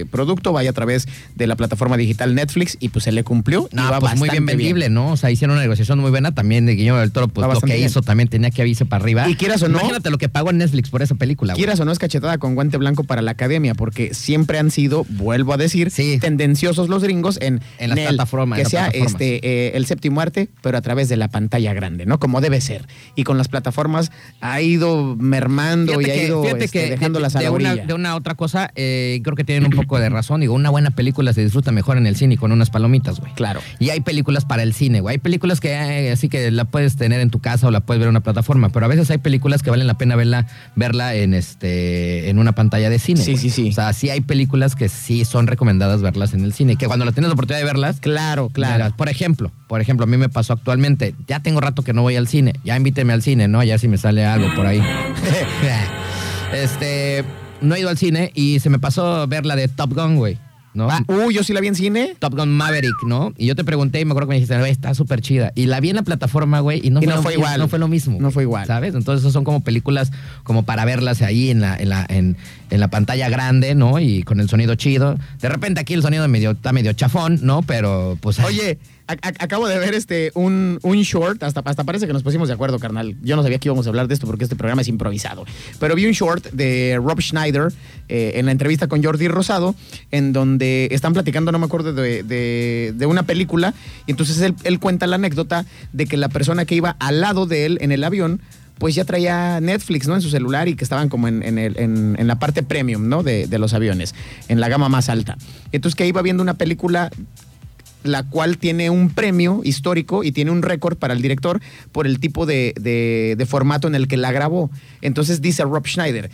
E: eh, producto vaya a través de la plataforma digital Netflix. Y pues se le cumplió. y
D: No,
E: va
D: pues muy bien
E: bastante
D: vendible, ¿no? O sea, hicieron una negociación muy buena también de Guillermo del Toro, pues
E: Va
D: lo
E: bastante
D: que hizo también tenía que avisar para arriba.
E: Y quieras o no-
D: Imagínate lo que pagó Netflix por esa película, güey.
E: Quieras o no es cachetada con guante blanco para la academia, porque siempre han sido, vuelvo a decir,
D: Sí.
E: tendenciosos los gringos en,
D: En las
E: Nel,
D: plataformas,
E: Que
D: en las
E: sea
D: plataformas.
E: este eh, el séptimo arte, pero a través de la pantalla grande, ¿no? Como debe ser. Y con las plataformas ha ido mermando y ha ido
D: fíjate
E: este,
D: que
E: dejándolas a
D: de
E: la
D: una,
E: orilla.
D: de una otra cosa, eh, creo que tienen un poco de razón. Digo, una buena película se disfruta mejor en el cine y con unas palomitas, güey.
E: Claro.
D: Y hay películas para el cine, güey. Hay películas que eh, así que la puedes tener en tu casa o la puedes ver en una plataforma, pero a veces hay películas que valen la pena verla, verla en este en una pantalla de cine.
E: Sí,
D: güey.
E: sí, sí.
D: O sea, sí hay películas que sí son recomendadas verlas en el cine, que cuando la tienes la oportunidad de verlas,
E: Claro, claro.
D: Verás, Por ejemplo, por ejemplo, a mí me pasó actualmente, ya tengo rato que no voy al cine, ya invíteme al cine, ¿no? Ya si me sale algo por ahí. este, no he ido al cine y se me pasó ver la de Top Gun, güey, ¿no?
E: Ah, uh, yo sí la vi en cine.
D: Top Gun Maverick, ¿no? Y yo te pregunté y me acuerdo que me dijiste, güey, está súper chida. Y la vi en la plataforma, güey, y no,
E: Y no
D: lo-
E: fue igual.
D: No fue lo mismo.
E: No
D: güey,
E: fue igual.
D: ¿Sabes? Entonces, esas son como películas como para verlas ahí en la, en, la, en, en la pantalla grande, ¿no? Y con el sonido chido. De repente aquí el sonido medio, está medio chafón, ¿no? Pero pues.
E: Oye, a- a- acabo de ver este un, un short, hasta, hasta parece que nos pusimos de acuerdo, carnal. Yo no sabía que íbamos a hablar de esto porque este programa es improvisado. Pero vi un short de Rob Schneider eh, en la entrevista con Jordi Rosado, en donde están platicando, no me acuerdo, de, de- de una película. Y entonces él, él cuenta la anécdota de que la persona que iba al lado de él en el avión pues ya traía Netflix, ¿no? En su celular y que estaban como en, en el- en- en la parte premium, ¿no? De, de los aviones, en la gama más alta. Entonces que iba viendo una película la cual tiene un premio histórico y tiene un récord para el director por el tipo de, de- de formato en el que la grabó. Entonces dice Rob Schneider.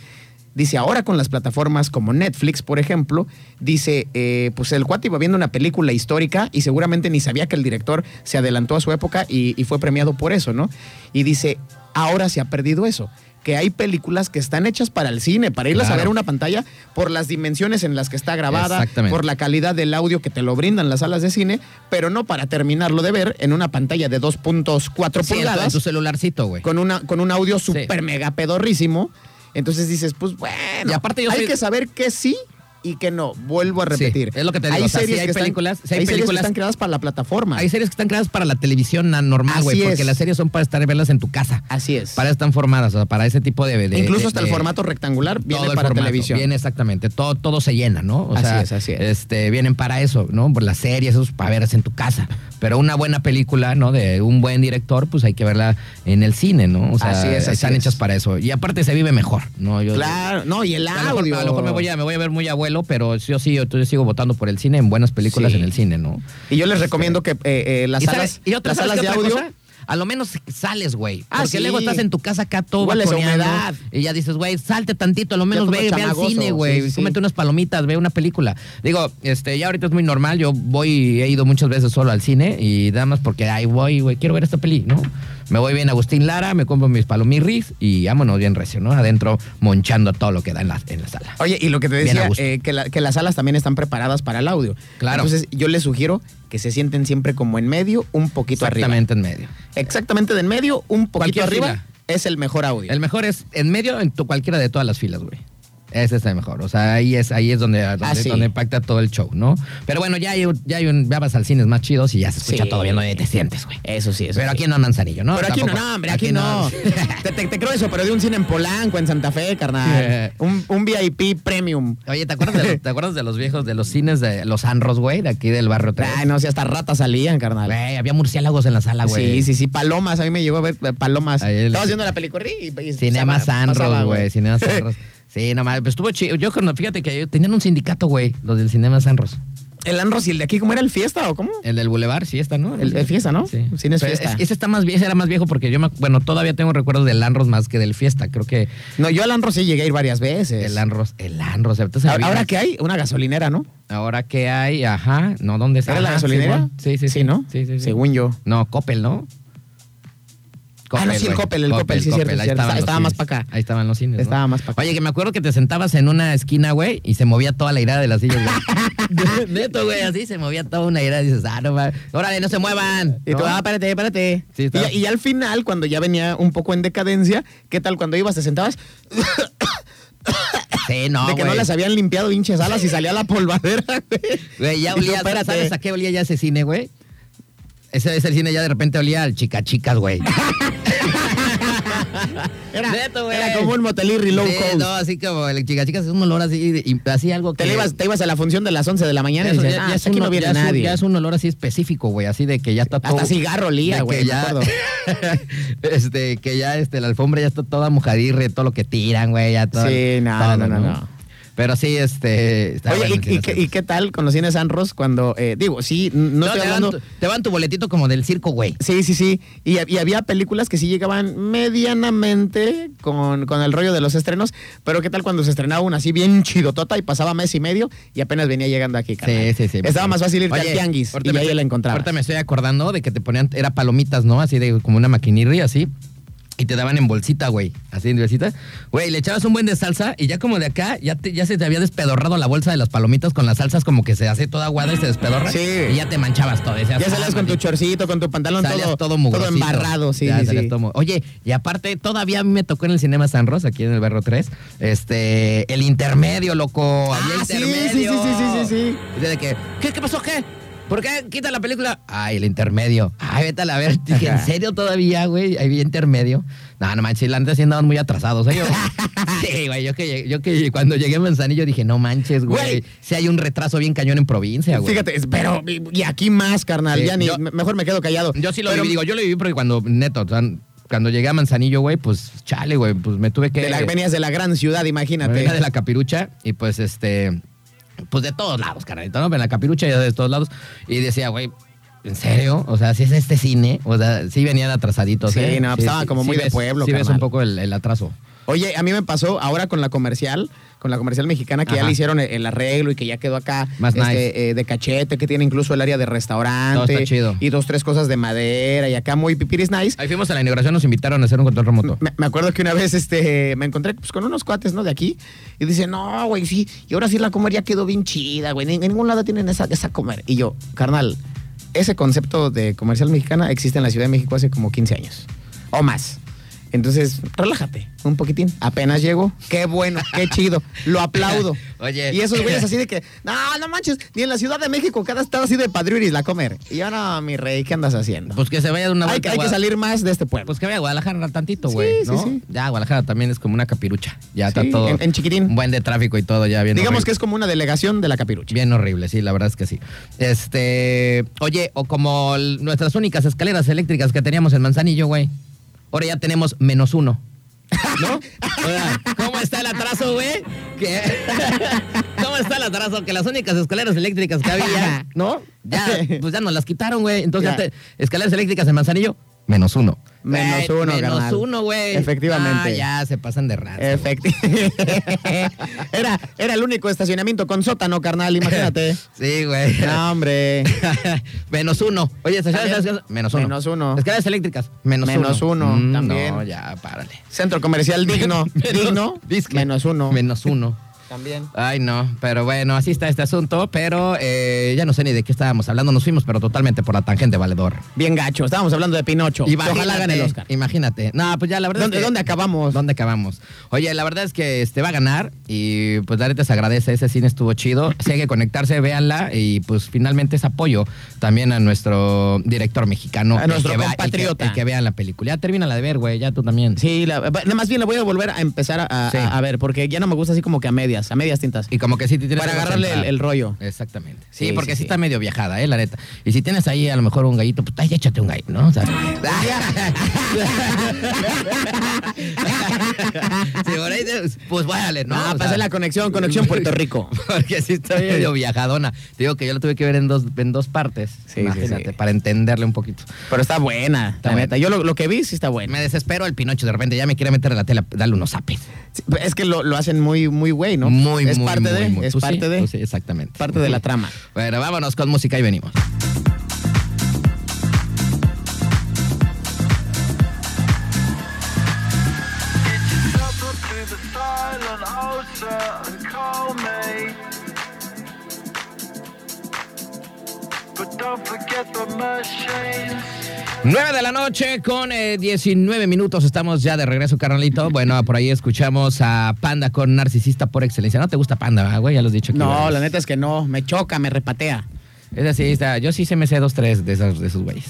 E: Dice, ahora con las plataformas como Netflix, por ejemplo, dice, eh, pues el cuate iba viendo una película histórica y seguramente ni sabía que el director se adelantó a su época y, y fue premiado por eso, ¿no? Y dice, ahora se ha perdido eso, que hay películas que están hechas para el cine, para irlas a
D: Claro.
E: ver a una pantalla por las dimensiones en las que está grabada,
D: Exactamente.
E: por la calidad del audio que te lo brindan las salas de cine, pero no para terminarlo de ver en una pantalla de 2.4
D: Sí, en tu- en
E: pulgadas
D: tu celularcito, güey.
E: con, una, con un audio súper mega pedorrísimo. Entonces dices, pues bueno,
D: Y aparte yo
E: hay
D: soy-
E: que saber que sí y que no. Vuelvo a
D: Sí,
E: repetir.
D: es lo que te digo, o sea, sí hay
E: están-
D: películas- sí hay
E: series que
D: películas-
E: están creadas para la plataforma.
D: Hay series que están creadas para la televisión na- normal,
E: Así
D: güey, porque
E: es.
D: las series son para estar verlas en tu casa.
E: Así es.
D: Para eso están formadas, o sea, para ese tipo de. de-
E: Incluso
D: de-
E: hasta el
D: de-
E: formato rectangular viene
D: todo el
E: para
D: formato,
E: televisión.
D: Viene exactamente, todo, todo se llena, ¿no? O
E: Así
D: sea,
E: es, así es.
D: Este, vienen para eso, ¿no? Por las series, esos para verlas en tu casa. Pero una buena película, ¿no? De un buen director, pues hay que verla en el cine, ¿no? O sea,
E: Así es, así
D: están
E: es.
D: hechas para eso. Y aparte se vive mejor, ¿no? Yo-
E: Claro, no, y el
D: a lo, mejor,
E: audio.
D: a lo mejor me voy a, me voy a ver muy abuelo, pero yo sí, yo, yo sigo votando por el cine en buenas películas
E: Sí.
D: en el cine, ¿no?
E: Y yo les recomiendo que eh, eh, las
D: Este, ¿Y
E: salas,
D: sabes- y otra,
E: las
D: ¿sabes
E: salas
D: qué
E: de
D: otra
E: audio.
D: cosa? A lo menos sales, güey.
E: Ah,
D: porque
E: sí.
D: luego estás en tu casa acá todo
E: Hueles a
D: bajoneando,
E: humedad.
D: Y ya dices, güey, salte tantito, a lo menos
E: todo
D: ve, ve al
E: chamagoso,
D: cine, güey.
E: sí, sí.
D: Cómete unas palomitas, ve una película. Digo, este, ya ahorita es muy normal. Yo voy, he ido muchas veces solo al cine y nada más porque, ay, voy, güey, quiero ver esta peli, ¿no? Me voy bien a Agustín Lara, me compro mis palomirris y vámonos bien recio, ¿no? Adentro monchando todo lo que da en la, en la sala.
E: Oye, y lo que te
D: Bien a
E: decía,
D: gusto.
E: eh, que, la- que las salas también están preparadas para el audio.
D: Claro.
E: Entonces, yo les sugiero que se sienten siempre como en medio, un poquito arriba.
D: Exactamente en medio.
E: Exactamente de en medio, un poquito
D: Cualquier
E: arriba.
D: fila.
E: Es el mejor audio.
D: El mejor es en medio en tu- cualquiera de todas las filas, güey. Ese es el mejor. O sea, ahí es, ahí es donde, donde,
E: Ah, sí.
D: donde impacta todo el show, ¿no? Pero bueno, ya, hay, un- ya, hay un- ya vas al cine más chidos y ya se escucha
E: Sí.
D: todo bien donde te sientes, güey.
E: Eso sí, eso
D: Pero
E: sí.
D: aquí no Manzanillo, ¿no?
E: pero aquí no,
D: Tampoco-
E: no, hombre, aquí, no. te, te- te creo eso, pero de un cine en Polanco, en Santa Fe, carnal.
D: Yeah.
E: Un, un VIP premium.
D: Oye, ¿te acuerdas, de los, ¿te acuerdas de los viejos de los cines de los Anros, güey? De aquí del barrio 3.
E: Ay, no, si hasta ratas salían, carnal.
D: Güey, había murciélagos en la sala, güey.
E: Sí, sí, sí, palomas. A mí me llegó a ver eh, palomas.
D: Ahí el-
E: Estabas viendo la película y, y
D: Cinema
E: pasaba- pasaba,
D: Sanros, güey. Cinema Sanros. Sí, nomás, pues estuvo chido. Yo cuando, fíjate que yo- tenían un sindicato, güey, los del Cinema Sanros.
E: El Anros y el de aquí, ¿cómo era el fiesta o cómo?
D: El del Boulevard, fiesta, ¿no?
E: El- el Fiesta, ¿no?
D: Sí.
E: Cines
D: Pero
E: Fiesta.
D: es- Ese, está más, vie- ese era más viejo porque yo, me, bueno, todavía tengo recuerdos del Anros más que del Fiesta. Creo que
E: No, yo al Anros sí llegué a ir varias veces.
D: el Anros, el Anros. entonces,
E: Ahora,
D: había-
E: ahora que hay una gasolinera, ¿no?
D: Ahora que hay, ajá, no, ¿dónde está?
E: ¿Era la
D: Ajá,
E: gasolinera?
D: Simón. Sí, sí, sí.
E: ¿no?
D: Sí, sí, sí.
E: Según yo.
D: No, Coppel, ¿no?
E: Ah, no, sí, el
D: güey.
E: Coppel, el Coppel, sí, cierto,
D: ahí
E: cierto.
D: estaban
E: Estaba-
D: los
E: estaba más
D: cines.
E: pa' acá.
D: Ahí estaban los cines. ¿no?
E: Estaba más pa' acá.
D: Oye, que me acuerdo que te sentabas en una esquina, güey, y se movía toda la irada de las sillas, güey. Neto, güey, así se movía toda una irada. Y dices, ah, no, va. Órale, no se muevan.
E: Y tú,
D: ¿no?
E: ah, espérate, espérate.
D: Sí,
E: y,
D: estaba-
E: ya- y ya al final, cuando ya venía un poco en decadencia, ¿qué tal cuando ibas, te sentabas?
D: Sí, no,
E: de que no
D: güey.
E: las habían limpiado hinches alas y salía la polvadera, güey.
D: Güey, ya
E: Y tú,
D: olía,
E: espérate.
D: ¿sabes a qué olía ya ese cine, güey? Ese, ese cine ya de repente olía al chica chicas, güey.
E: Era,
D: Neto, güey.
E: era como un motelirri low
D: Sí,
E: cost.
D: no, así como el chica chicas es un olor así, de- y- así algo que...
E: Te, le ibas, te ibas a la función de las 11 de la mañana
D: Ya
E: y
D: es-
E: dices,
D: ya-
E: ah,
D: ya es
E: hasta aquí
D: un-
E: no viene
D: ya es un-
E: nadie.
D: ya es un olor así específico, güey, así de que ya está todo...
E: Hasta cigarro olía,
D: de
E: güey,
D: que
E: me
D: ya-
E: acuerdo.
D: este, que ya este, la alfombra ya está toda mojadirre, todo lo que tiran, güey, ya todo.
E: Sí, no,
D: todo,
E: no, no, no.
D: Pero sí, este... está
E: Oye,
D: bueno
E: ¿y-
D: el
E: y,
D: cine
E: qué,
D: Santos.
E: y qué tal con los cines Anros cuando, eh, digo, sí, n- no,
D: No,
E: estoy
D: te,
E: hablando...
D: van, tu- te van tu boletito como del circo, güey.
E: Sí, sí, sí. Y, y había películas que sí llegaban medianamente con, con el rollo de los estrenos, pero qué tal cuando se estrenaba una así bien chidotota y pasaba mes y medio y apenas venía llegando aquí, carnal?
D: Sí, sí, sí.
E: Estaba más fácil irte
D: Oye,
E: al tianguis
D: ahorita
E: y
D: me
E: ahí
D: estoy-
E: la encontraba.
D: Ahorita me estoy acordando de que te ponían, era palomitas, ¿no? Así de como una maquinirri, así. Y te daban en bolsita, güey. Así en bolsita. Güey, le echabas un buen de salsa y ya como de acá, ya, te- ya se te había despedorrado la bolsa de las palomitas con las salsas como que se hace toda aguada y se despedorra.
E: Sí.
D: Y ya te manchabas todo. decías,
E: Ya
D: "Ah,
E: salías con tu
D: maldito".
E: chorcito, con tu pantalón
D: Salías
E: todo, todo,
D: mugrosito.
E: embarrado, sí,
D: Ya,
E: sí,
D: salías
E: sí.
D: todo mu- Oye, y aparte, todavía a mí me tocó en el Cinema San Rosa, aquí en el barrio 3, este, el intermedio, loco.
E: Ah,
D: había
E: sí,
D: intermedio.
E: sí, sí, sí, sí, sí, sí.
D: O sea, de que, ¿qué, qué pasó, qué? ¿Por qué quita la película? Ay, el intermedio. Ay, vete a la ver. Dije, ¿en
E: Ajá.
D: serio todavía, güey? Había intermedio. No, no manches, la antes sí andaban muy atrasados. ¿eh? Yo- sí, güey, yo que, llegué- yo que cuando llegué a Manzanillo dije, no manches,
E: Güey.
D: güey. Si hay un retraso bien cañón en provincia, güey.
E: Fíjate, es- pero y y aquí más, carnal,
D: Sí,
E: ya ni,
D: yo-
E: me- mejor me quedo callado.
D: Yo sí lo
E: Pero
D: viví, digo, yo lo viví porque cuando, neto, o sea, cuando llegué a Manzanillo, güey, pues chale, güey, pues me tuve que...
E: de la- venías de la gran ciudad,
D: me
E: imagínate.
D: venía de la capirucha y pues este... Pues de todos lados, carnalito, ¿no? En la capirucha ya de todos lados. Y decía, güey, ¿en serio? O sea, si es este cine, o sea, sí venían atrasaditos,
E: Sí,
D: ¿eh?
E: no, pues, estaba como muy de
D: ves-
E: pueblo,
D: Sí ves
E: carnal.
D: un poco el, el atraso.
E: Oye, a mí me pasó ahora con la comercial, con la comercial mexicana que ya
D: Ajá.
E: le hicieron el, el arreglo y que ya quedó acá
D: Más
E: este,
D: nice.
E: eh, de cachete, que tiene incluso el área de restaurante
D: Todo está chido.
E: y dos, tres cosas de madera y acá muy pipiris nice.
D: Ahí fuimos a la inauguración, nos invitaron a hacer un control remoto.
E: Me, me acuerdo que una vez este, me encontré pues, con unos cuates, ¿no? De aquí. Y dice, no, güey, sí. Y ahora sí la comer ya quedó bien chida, güey. En, en ningún lado tienen esa, esa comer. Y yo, carnal, ese concepto de comercial mexicana existe en la Ciudad de México hace como 15 años. O más. Entonces, relájate un poquitín. Apenas llego. Qué bueno, qué chido. Lo aplaudo.
D: Oye.
E: Y esos güeyes así de que, no, no manches, ni en la Ciudad de México cada estado así de padriuris la comer. Y yo, no, mi rey, ¿qué andas haciendo?
D: Pues que se vaya de una
E: hay,
D: vuelta. a
E: hay que
D: Guada-
E: salir más de este pueblo.
D: Pues que vaya a Guadalajara tantito,
E: Sí,
D: güey,
E: sí,
D: ¿no?
E: sí.
D: Ya, Guadalajara también es como una capirucha. Ya
E: Sí,
D: está todo...
E: en- en chiquitín.
D: Un buen de tráfico y todo ya bien
E: Digamos
D: horrible.
E: que es como una delegación de la capirucha.
D: Bien horrible, sí, la verdad es que sí. Este, oye, o como l- nuestras únicas escaleras eléctricas que teníamos en Manzanillo, güey. Ahora ya tenemos menos uno. ¿No? O sea, ¿Cómo está el atraso, güey? ¿Qué? ¿Cómo está el atraso? Que las únicas escaleras eléctricas que había, ¿no? pues Ya, pues ya nos las quitaron, güey. Entonces, ya
E: Ya.
D: te- escaleras eléctricas en Manzanillo, Menos uno.
E: Menos
D: Güey,
E: uno,
D: Menos
E: carnal.
D: uno, güey. Ah,
E: Efectivamente.
D: ya, se pasan de raza.
E: Efecti- era, era el único estacionamiento con sótano, carnal, imagínate.
D: Sí, güey.
E: No, hombre.
D: menos uno. Oye, ¿se
E: También.
D: Menos uno.
E: Menos uno.
D: Escaleras eléctricas. Menos,
E: Menos
D: uno. Mm,
E: uno, también.
D: No, ya, párale.
E: Centro comercial digno. digno.
D: Disque.
E: Menos uno.
D: Menos uno.
E: También.
D: Ay, no. Pero bueno, así está este asunto. Pero eh, ya no sé ni de qué estábamos hablando. Nos fuimos, pero totalmente por la tangente valedor.
E: Bien gacho. Estábamos hablando de Pinocho. Que Ojalá gane el Oscar.
D: Imagínate. No, pues ya la verdad.
E: ¿Dónde-
D: es que-
E: dónde acabamos?
D: ¿Dónde acabamos? Oye, la verdad es que este va a ganar y pues la neta se agradece. Ese cine estuvo chido. Si hay que conectarse, véanla y pues finalmente es apoyo también a nuestro director mexicano.
E: A
D: el
E: nuestro
D: que vea- el
E: compatriota.
D: que, el que vean la película. Ya termina la de ver, güey. Ya tú también.
E: Sí, la- va- nada más bien la voy a volver a empezar a, a-
D: Sí.
E: a ver, porque ya no me gusta así como que a medias, a medias tintas.
D: Y como que sí te tienes
E: Para
D: que
E: agarrarle el,
D: concentrar.
E: el rollo.
D: Exactamente. Sí,
E: Sí,
D: porque sí,
E: sí, sí.
D: está medio viajada, ¿eh? La neta. Y si tienes ahí a lo mejor un gallito, pues ay, échate un gallito, ¿no? O sea, Sí, por ahí te- pues váyale, ¿no?
E: No,
D: O
E: Ah, pasé
D: sea,
E: la conexión, conexión Puerto Rico.
D: Porque sí está medio viajadona. Te digo que yo lo tuve que ver en dos, en dos partes.
E: Sí,
D: imagínate,
E: sí, sí.
D: para entenderle un poquito.
E: Pero está buena,
D: Está
E: la
D: buena.
E: neta. Yo lo, lo que vi sí está buena.
D: Me desespero el Pinocho de repente, ya me quiere meter a la tela, dale unos zapes.
E: Sí, pues Es que lo, lo hacen muy, muy güey, ¿no?
D: Muy,
E: es
D: muy,
E: parte
D: muy,
E: de,
D: muy.
E: Es
D: Pues sí,
E: parte de.
D: pues sí, exactamente.
E: parte de la trama.
D: Bueno, vámonos con música y venimos.
A: Stop up to the silent altar and call me. But don't forget the machines.
D: 9 de la noche con eh, 19 minutos. Estamos ya de regreso, carnalito. Bueno, por ahí escuchamos a Panda con Narcisista por excelencia. ¿No te gusta Panda, ¿verdad, güey? Ya lo has dicho. aquí
E: No,
D: varias
E: la
D: veces.
E: neta es que no. Me choca, me repatea.
D: Es así, está. Yo sí se me sé dos, tres de esos, de esos güeyes.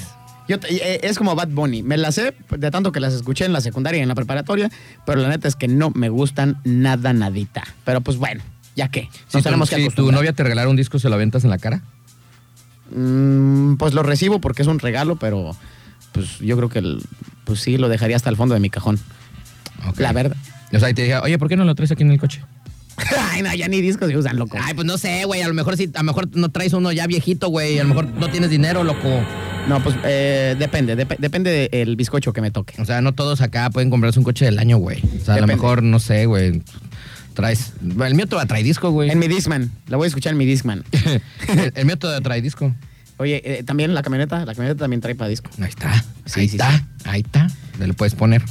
E: Yo te- eh, es como Bad Bunny. Me las sé de tanto que las escuché en la secundaria y en la preparatoria, pero la neta es que no me gustan nada, nadita. Pero pues bueno, ya que. Nos tenemos que
D: si tu
E: acostumbrar.
D: novia te regalara un disco, ¿se lo aventas en la cara?
E: Mm, pues lo recibo porque es un regalo, pero pues yo creo que el- pues sí lo dejaría hasta el fondo de mi cajón.
D: Ok.
E: La verdad.
D: O sea, y te dije, oye, ¿por qué no lo traes aquí en el coche?
E: Ay, no, ya ni discos se usan, loco.
D: Ay, pues no sé, güey. A lo mejor sí, a lo mejor no traes uno ya viejito, güey. A lo mejor no tienes dinero, loco.
E: No, pues eh, depende, dep- depende del bizcocho que me toque.
D: O sea, no todos acá pueden comprarse un coche del año, güey. O sea, a lo
E: Depende.
D: mejor, no sé, güey. Traes. El mío todavía trae disco, güey.
E: En mi Discman, la voy a escuchar en mi Discman.
D: el, el mío todavía trae disco.
E: Oye, eh, también la camioneta, la camioneta también trae para disco.
D: Ahí está.
E: Sí,
D: ahí
E: sí,
D: está.
E: sí.
D: Ahí está. Le lo puedes poner.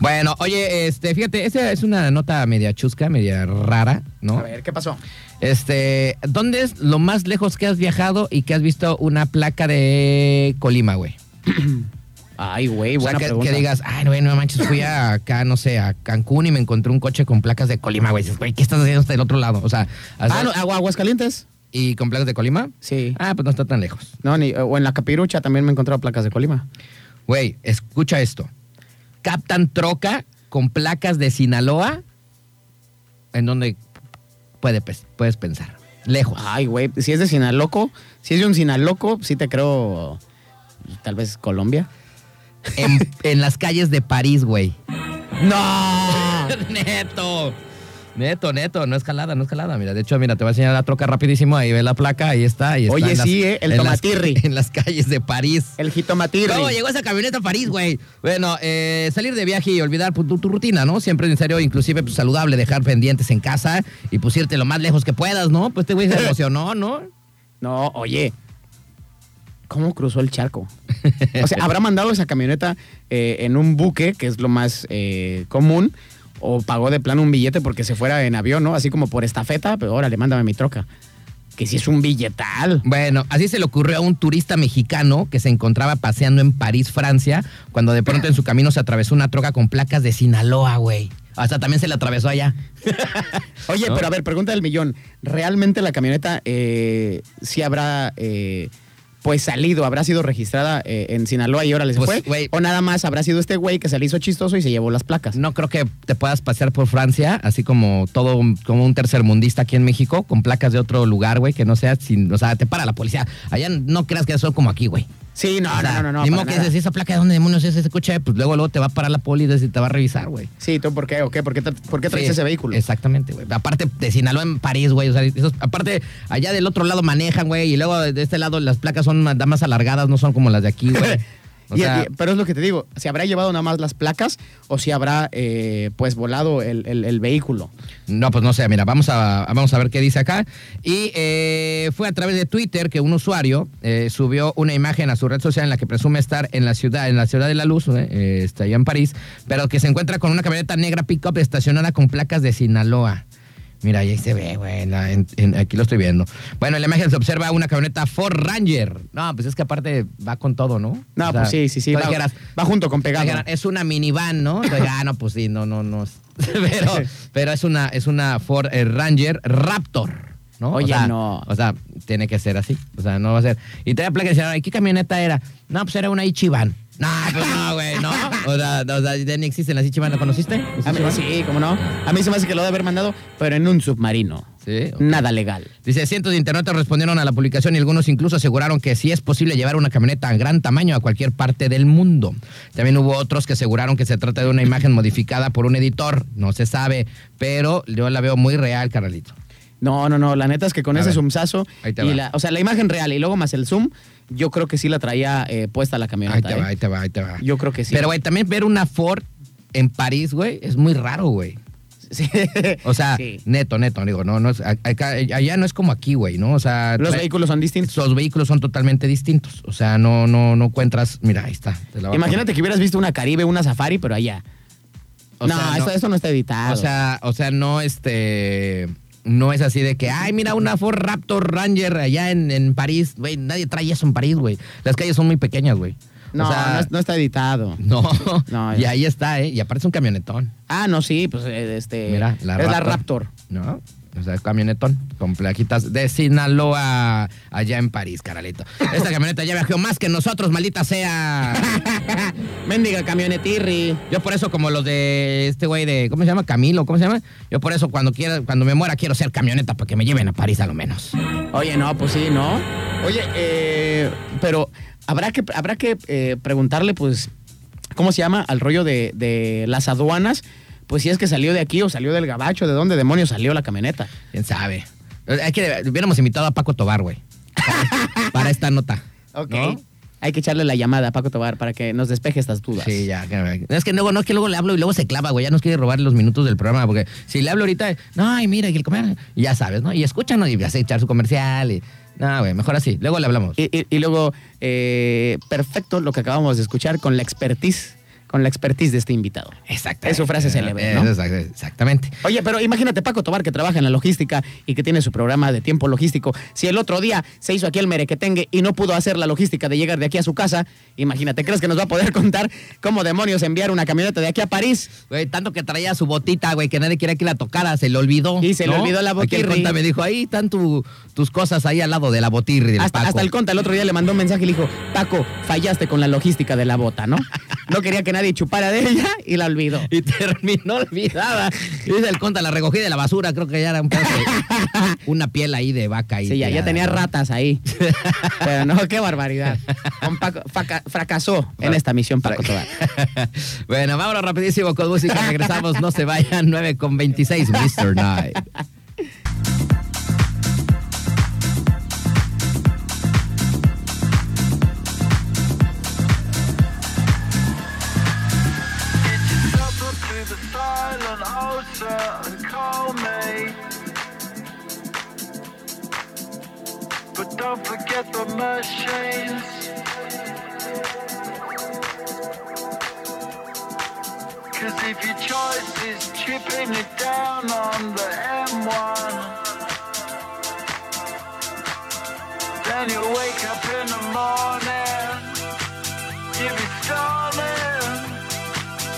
D: Bueno, oye, este, fíjate, esa es una nota media chusca, media rara, ¿no?
E: A ver, ¿qué pasó?
D: Este, ¿dónde es lo más lejos que has viajado y que has visto una placa de Colima, güey?
E: Ay, güey,
D: O sea,
E: buena
D: que,
E: pregunta.
D: que digas, ay, güey, no manches, fui a acá, no sé, a Cancún y me encontré un coche con placas de Colima, güey. Dices, güey, ¿qué estás haciendo hasta el otro lado? O sea,
E: Ah,
D: hacer-
E: no, Agua- Aguascalientes.
D: ¿y con placas de Colima?
E: Sí.
D: Ah, pues no está tan lejos.
E: No, ni, o en la capirucha también me he encontrado placas de Colima.
D: Güey, escucha esto. Captan troca con placas de Sinaloa en donde puede, pues, puedes pensar. Lejos.
E: Ay, güey, si es de Sinaloco, si es de un Sinaloco, sí te creo, tal vez Colombia.
D: En, en las calles de París, güey.
E: ¡No!
D: neto. Neto, neto, no es jalada, no es jalada. Mira, de hecho, mira, te voy a enseñar la troca rapidísimo. Ahí ve la placa, ahí está. Ahí está
E: Oye,
D: en las-
E: sí, ¿eh? El
D: en las-
E: tomatirri.
D: en las calles de París.
E: El jitomatirri.
D: ¿Cómo llegó esa camioneta a París, güey? Bueno, eh, salir de viaje y olvidar pues, tu, tu rutina, ¿no? Siempre es necesario, inclusive pues, saludable, dejar pendientes en casa y pues irte lo más lejos que puedas, ¿no? Pues este güey se emocionó, ¿no?
E: No, oye. ¿Cómo cruzó el charco? O sea, ¿habrá mandado esa camioneta eh, en un buque, que es lo más eh, común? ¿O pagó de plano un billete porque se fuera en avión, no? Así como por estafeta, pero órale, mándame mi troca. Que si es un billetal.
D: Bueno, así se le ocurrió a un turista mexicano que se encontraba paseando en París, Francia, cuando de pronto en su camino se atravesó una troca con placas de Sinaloa, güey. Hasta también se le atravesó allá.
E: Oye,
D: ¿No?
E: pero a ver, pregunta del millón. ¿Realmente la camioneta eh, sí habrá eh, pues salido, habrá sido registrada eh, en Sinaloa y ahora les
D: Pues,
E: fue?
D: güey.
E: ¿O nada más habrá sido este güey que se le hizo chistoso y se llevó las placas?
D: No creo que te puedas pasear por Francia, así como todo un- como un tercermundista aquí en México, con placas de otro lugar, güey, que no sea sin, o sea, te para la policía. Allá no creas que son como aquí, güey.
E: Sí, no,
D: O sea,
E: no, no, no.
D: ni
E: para
D: modo que
E: nada.
D: dices, esa placa de dónde demonios es ese coche, pues luego luego te va a parar la poli y te va a revisar, güey.
E: Sí, ¿tú por qué? ¿O qué? ¿Por qué, tra- por qué traes
D: Sí,
E: ese vehículo?
D: Exactamente, güey. Aparte de Sinaloa en París, güey. O sea, esos- aparte, allá del otro lado manejan, güey. Y luego de este lado las placas son más, más alargadas, no son como las de aquí, güey. O
E: Y-
D: sea,
E: y- pero es lo que te digo, ¿se habrá llevado nada más las placas o si habrá eh, pues volado el, el- el vehículo?
D: No, pues no sé, mira, vamos a, vamos a ver qué dice acá. Y eh, fue a través de Twitter que un usuario eh, subió una imagen a su red social en la que presume estar en la ciudad, en la ciudad de la luz, eh, eh, está allá en París, pero que se encuentra con una camioneta negra pickup estacionada con placas de Sinaloa. Mira, ahí se ve, güey. la- en- en- aquí lo estoy viendo. Bueno, en la imagen se observa una camioneta Ford Ranger. No, pues es que aparte va con todo, ¿no?
E: No,
D: O sea,
E: pues sí, sí, sí.
D: tú
E: Va,
D: dijeras,
E: va junto con pegado.
D: Oigan, es una minivan, ¿no? Entonces, ah, no, pues sí, no, no, no. Pero, pero es una, es una Ford eh, Ranger Raptor, ¿no?
E: Oye,
D: o sea,
E: no.
D: O sea, tiene que ser así. O sea, no va a ser. Y te placa y decían, "Ay, ¿qué camioneta era? No, pues era una Ichiban. No, pues no, güey, no. O sea, no, o sea, ya ni existen las Ichiban, ¿la conociste?
E: A mí- sí, cómo no. A mí se me hace que lo debe haber mandado, pero en un submarino.
D: Sí. ok.
E: Nada legal.
D: Dice, cientos de internautas respondieron a la publicación y algunos incluso aseguraron que sí es posible llevar una camioneta a gran tamaño a cualquier parte del mundo. También hubo otros que aseguraron que se trata de una imagen modificada por un editor, no se sabe, pero yo la veo muy real, Carlito.
E: No, no, no. La neta es que con
D: A
E: ese
D: ver.
E: zumzazo.
D: Ahí te
E: y
D: va.
E: la- o sea, la imagen real y luego más el zoom, yo creo que sí la traía eh, puesta la
D: Ahí
E: camioneta.
D: te va,
E: ¿eh?
D: ahí te va, ahí te va.
E: Yo creo que sí.
D: Pero, güey, también ver una Ford en París, güey, es muy raro, güey.
E: Sí.
D: O sea,
E: Sí.
D: neto, neto, digo, no, no es, a- acá- allá no es como aquí, güey, ¿no? O sea,
E: los
D: trae-
E: vehículos son distintos.
D: los vehículos son totalmente distintos. O sea, no, no, no encuentras. Mira, ahí está. te la voy a poner.
E: Imagínate que hubieras visto una Caribe, una Safari, pero allá.
D: O
E: no,
D: sea, no-
E: Esto, esto no está editado.
D: O sea, o sea, no este. No es así de que, ay, mira una Ford Raptor Ranger allá en, en París, güey. Nadie trae eso en París, güey. Las calles son muy pequeñas, güey.
E: no,
D: o sea,
E: no es- no está editado.
D: no,
E: No,
D: y
E: ya.
D: ahí está, ¿eh? Y aparece un camionetón.
E: Ah, no, sí, pues eh, este.
D: Mira,
E: es
D: la
E: la
D: Raptor.
E: Raptor.
D: No, o sea, camionetón con plaquitas de Sinaloa allá en París, caralito. Esta camioneta ya viajó más que nosotros, maldita sea.
E: Méndiga camionetirri.
D: Yo por eso, como los de este güey de, ¿cómo se llama? Camilo, ¿cómo se llama? Yo por eso cuando quiera, cuando me muera quiero ser camioneta para que me lleven a París a lo menos.
E: Oye, no, pues sí, ¿no? Oye, eh, pero habrá que, habrá que eh, preguntarle, pues, ¿cómo se llama? Al rollo de, de las aduanas. Pues si es que salió de aquí o salió del gabacho, ¿de dónde demonios salió la camioneta?
D: ¿Quién sabe? Eh, Hay que, hubiéramos invitado a Paco Tobar, güey. Para, para esta nota. ¿no?
E: Hay que echarle la llamada a Paco Tobar para que nos despeje estas dudas.
D: Sí, ya. que- Es que luego no es que luego le hablo y luego se clava, güey. Ya nos quiere robar los minutos del programa. Porque si le hablo ahorita, no, y mira, y el comer, y ya sabes, ¿no? Y escúchanos y hace echar su comercial. Y, no, güey, mejor así. Luego le hablamos.
E: Y, y- y luego, eh, perfecto lo que acabamos de escuchar con la expertise, con la expertise de este invitado.
D: Exacto.
E: Es su frase célebre, ¿no?
D: Exactamente.
E: Oye, pero imagínate Paco Tobar que trabaja en la logística y que tiene su programa de tiempo logístico. Si el otro día se hizo aquí el merequetengue y no pudo hacer la logística de llegar de aquí a su casa, imagínate, ¿crees que nos va a poder contar cómo demonios enviar una camioneta de aquí a París?
D: Güey, tanto que traía su botita, güey, que nadie quería que la tocara, se le olvidó.
E: Y se le
D: ¿no?
E: olvidó la
D: Aquí el
E: botirri.
D: conta me dijo, ahí están tu- tus cosas ahí al lado de la botirri del
E: Hasta,
D: Paco".
E: hasta el conta el otro día le mandó un mensaje y le dijo, Paco, fallaste con la logística de la bota, ¿no? No quería que nadie chupara de ella y la olvidó.
D: Y terminó olvidada. Y Dice el conta, la recogí de la basura, creo que ya era un pedazo de- una piel ahí de vaca. Ahí
E: Sí, ya, ya
D: tirada,
E: tenía
D: ¿no?
E: ratas ahí. Pero no, qué barbaridad. Con Paco- faca- fracasó en esta misión Paco Tobar.
D: Ah, bueno, vámonos rapidísimo con música. Regresamos, no se vayan. 9 con 26, Mr. Night.
A: Stop up to the silent ocean and call me. But don't forget the machines. Cause if your choice is chipping it down on the M1, then you wake up in the morning, you'll be stalling.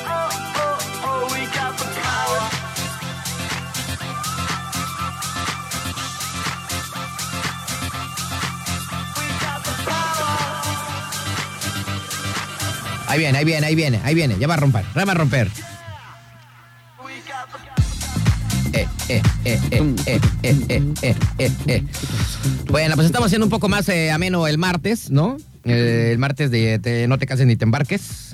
A: Oh, oh, oh, we got the power. We got the power.
D: Ahí viene, ahí viene, ahí viene, ahí viene. Ya va a romper, ya va a romper.
A: We got the
D: eh, eh, eh, eh, eh, eh, eh, eh, eh, eh. Bueno, pues estamos haciendo un poco más eh, ameno el martes, ¿no? Eh, el martes de, te- No te cases ni te embarques.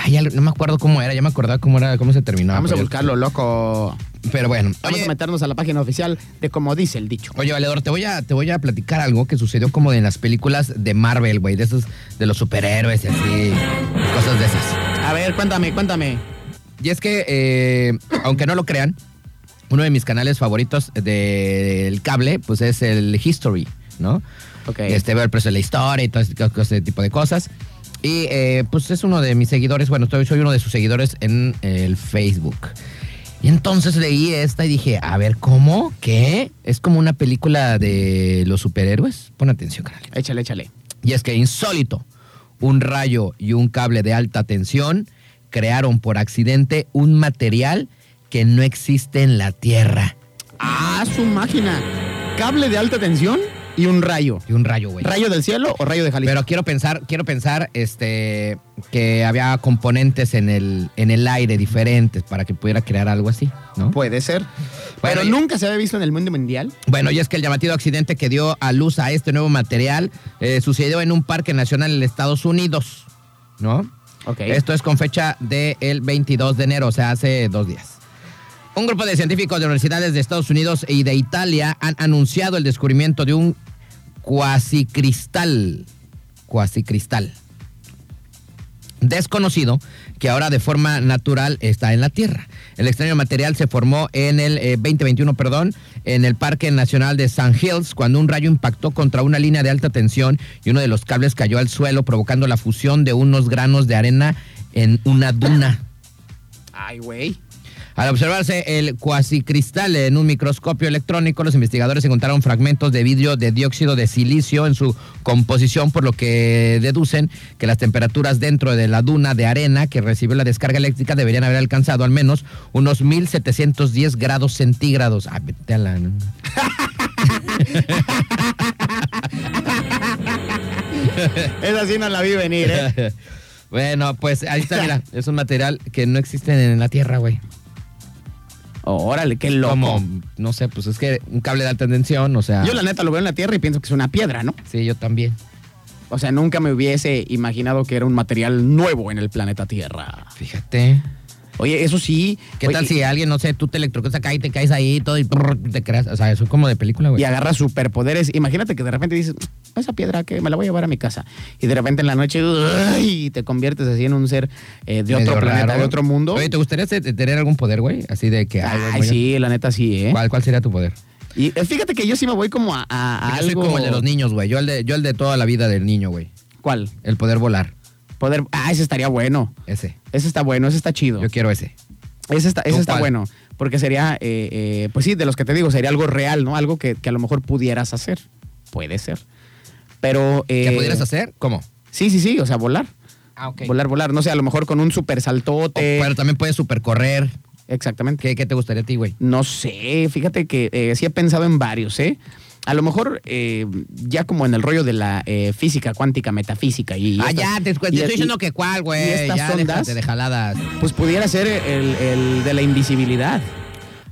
D: Ay, ya no me acuerdo cómo era, ya me acordaba cómo era, cómo se terminaba.
E: Vamos a
D: pero-
E: buscarlo, loco.
D: Pero bueno.
E: Vamos
D: Oye,
E: a meternos a la página oficial de como dice el dicho.
D: Oye, Valedor, te voy a, te voy a platicar algo que sucedió como en las películas de Marvel, güey, de esos, de los superhéroes y así, cosas de esas.
E: A ver, cuéntame, cuéntame.
D: Y es que, eh, aunque no lo crean, uno de mis canales favoritos del cable, pues es el History, ¿no?
E: Ok.
D: Este, veo el precio de la historia y todo ese, co- ese tipo de cosas. Y eh, pues es uno de mis seguidores, bueno, soy, soy uno de sus seguidores en el Facebook. Y entonces leí esta y dije, a ver, ¿cómo? ¿Qué? ¿Es como una película de los superhéroes? Pon atención, canal.
E: Échale, échale.
D: Y es que insólito, un rayo y un cable de alta tensión crearon por accidente un material que no existe en la Tierra.
E: Ah, su máquina. Cable de alta tensión y un rayo.
D: Y un rayo, güey.
E: ¿Rayo del cielo o rayo de Jalisco?
D: Pero quiero pensar, quiero pensar este, que había componentes en el, en el aire diferentes para que pudiera crear algo así, ¿no?
E: Puede ser.
D: Bueno,
E: Pero
D: y-
E: nunca se había visto en el mundo mundial.
D: Bueno, y es que el llamativo accidente que dio a luz a este nuevo material eh, sucedió en un parque nacional en Estados Unidos, ¿no?
E: Ok.
D: Esto es con fecha del 22 de enero, o sea, hace dos días. Un grupo de científicos de universidades de Estados Unidos y de Italia han anunciado el descubrimiento de un cuasicristal. Cuasicristal. Desconocido que ahora de forma natural está en la Tierra. El extraño material se formó en el eh, 2021, perdón, en el Parque Nacional de San Hills, cuando un rayo impactó contra una línea de alta tensión y uno de los cables cayó al suelo, provocando la fusión de unos granos de arena en una duna.
E: Ay, güey.
D: Al observarse el cuasicristal en un microscopio electrónico, los investigadores encontraron fragmentos de vidrio de dióxido de silicio en su composición, por lo que deducen que las temperaturas dentro de la duna de arena que recibió la descarga eléctrica deberían haber alcanzado al menos unos 1710 grados centígrados. Ah, vete a la-
E: Esa sí no la vi venir, ¿eh?
D: Bueno, pues ahí está, mira, es un material que no existe en la Tierra, güey.
E: Órale, qué loco.
D: Como, no sé, pues es que un cable de alta tensión, o sea...
E: Yo la neta lo veo en la tierra y pienso que es una piedra, ¿no?
D: Sí, yo también.
E: O sea, nunca me hubiese imaginado que era un material nuevo en el planeta Tierra.
D: Fíjate.
E: Oye, eso sí.
D: ¿Qué
E: oye,
D: tal si alguien, no sé, tú te electrocutas acá y te caes ahí y todo y prrr, te creas? O sea, eso es como de película,
E: Y
D: güey.
E: agarras superpoderes. Imagínate que de repente dices, "Mm, esa piedra que me la voy a llevar a mi casa. Y de repente en la noche, ¡ay! te conviertes así en un ser eh, de
D: Medio
E: otro planeta,
D: raro.
E: de otro mundo.
D: Oye, ¿te gustaría te- te- tener algún poder, güey? Así de que... ay,
E: Ay,
D: güey,
E: sí, la neta sí, ¿eh?
D: ¿Cuál, cuál sería tu poder?
E: Y eh, fíjate que yo sí me voy como a, a- a
D: yo soy
E: algo.
D: como el de los niños, güey. Yo el de, yo el de toda la vida del niño, güey.
E: ¿Cuál?
D: El poder volar.
E: Poder. Ah, ese estaría bueno.
D: Ese.
E: Ese está bueno, ese está chido.
D: Yo quiero ese.
E: Ese está, ese
D: ¿Tú
E: está
D: cuál?
E: bueno, porque sería, eh, eh, pues sí, de los que te digo, sería algo real, ¿no? Algo que, que a lo mejor pudieras hacer. Puede ser. Pero.
D: ¿Qué
E: eh,
D: pudieras hacer? ¿Cómo?
E: Sí, sí, sí, o sea, volar.
D: Ah, ok. Oh,
E: Volar, volar. No sé, a lo mejor con un super saltote.
D: Pero también puedes supercorrer.
E: Exactamente.
D: ¿Qué, ¿Qué te gustaría a ti, güey?
E: No sé, fíjate que eh, sí he pensado en varios, ¿eh? A lo mejor eh, ya como en el rollo de la eh, física cuántica, metafísica y...
D: Ah,
E: estas-
D: ya, te, te
E: y-
D: estoy
E: y-
D: diciendo que cuál,
E: y
D: güey.
E: estas
D: Ya,
E: ondas-
D: déjate de jaladas.
E: Pues pudiera ser el, el de la invisibilidad.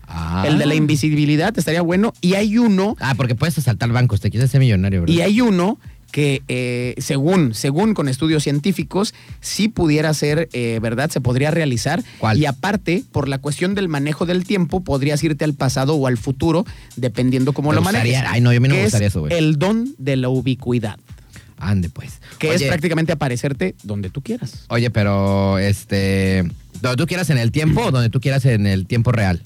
D: Ah.
E: El de la invisibilidad estaría bueno. Y hay uno
D: Ah, porque puedes asaltar bancos. Te quieres ser millonario, bro.
E: Y hay uno que, eh, según, según con estudios científicos, sí pudiera ser, eh, ¿verdad? Se podría realizar.
D: ¿Cuál?
E: Y aparte, por la cuestión del manejo del tiempo, podrías irte al pasado o al futuro, dependiendo cómo
D: Me
E: lo
D: gustaría-
E: manejes.
D: ay, no, a mí no me
E: Que es
D: gustaría eso, güey.
E: El don de la ubicuidad,
D: Ande, pues.
E: que es
D: Oye,
E: prácticamente aparecerte donde tú quieras.
D: Oye, pero este. Donde tú quieras en el tiempo o donde tú quieras en el tiempo real.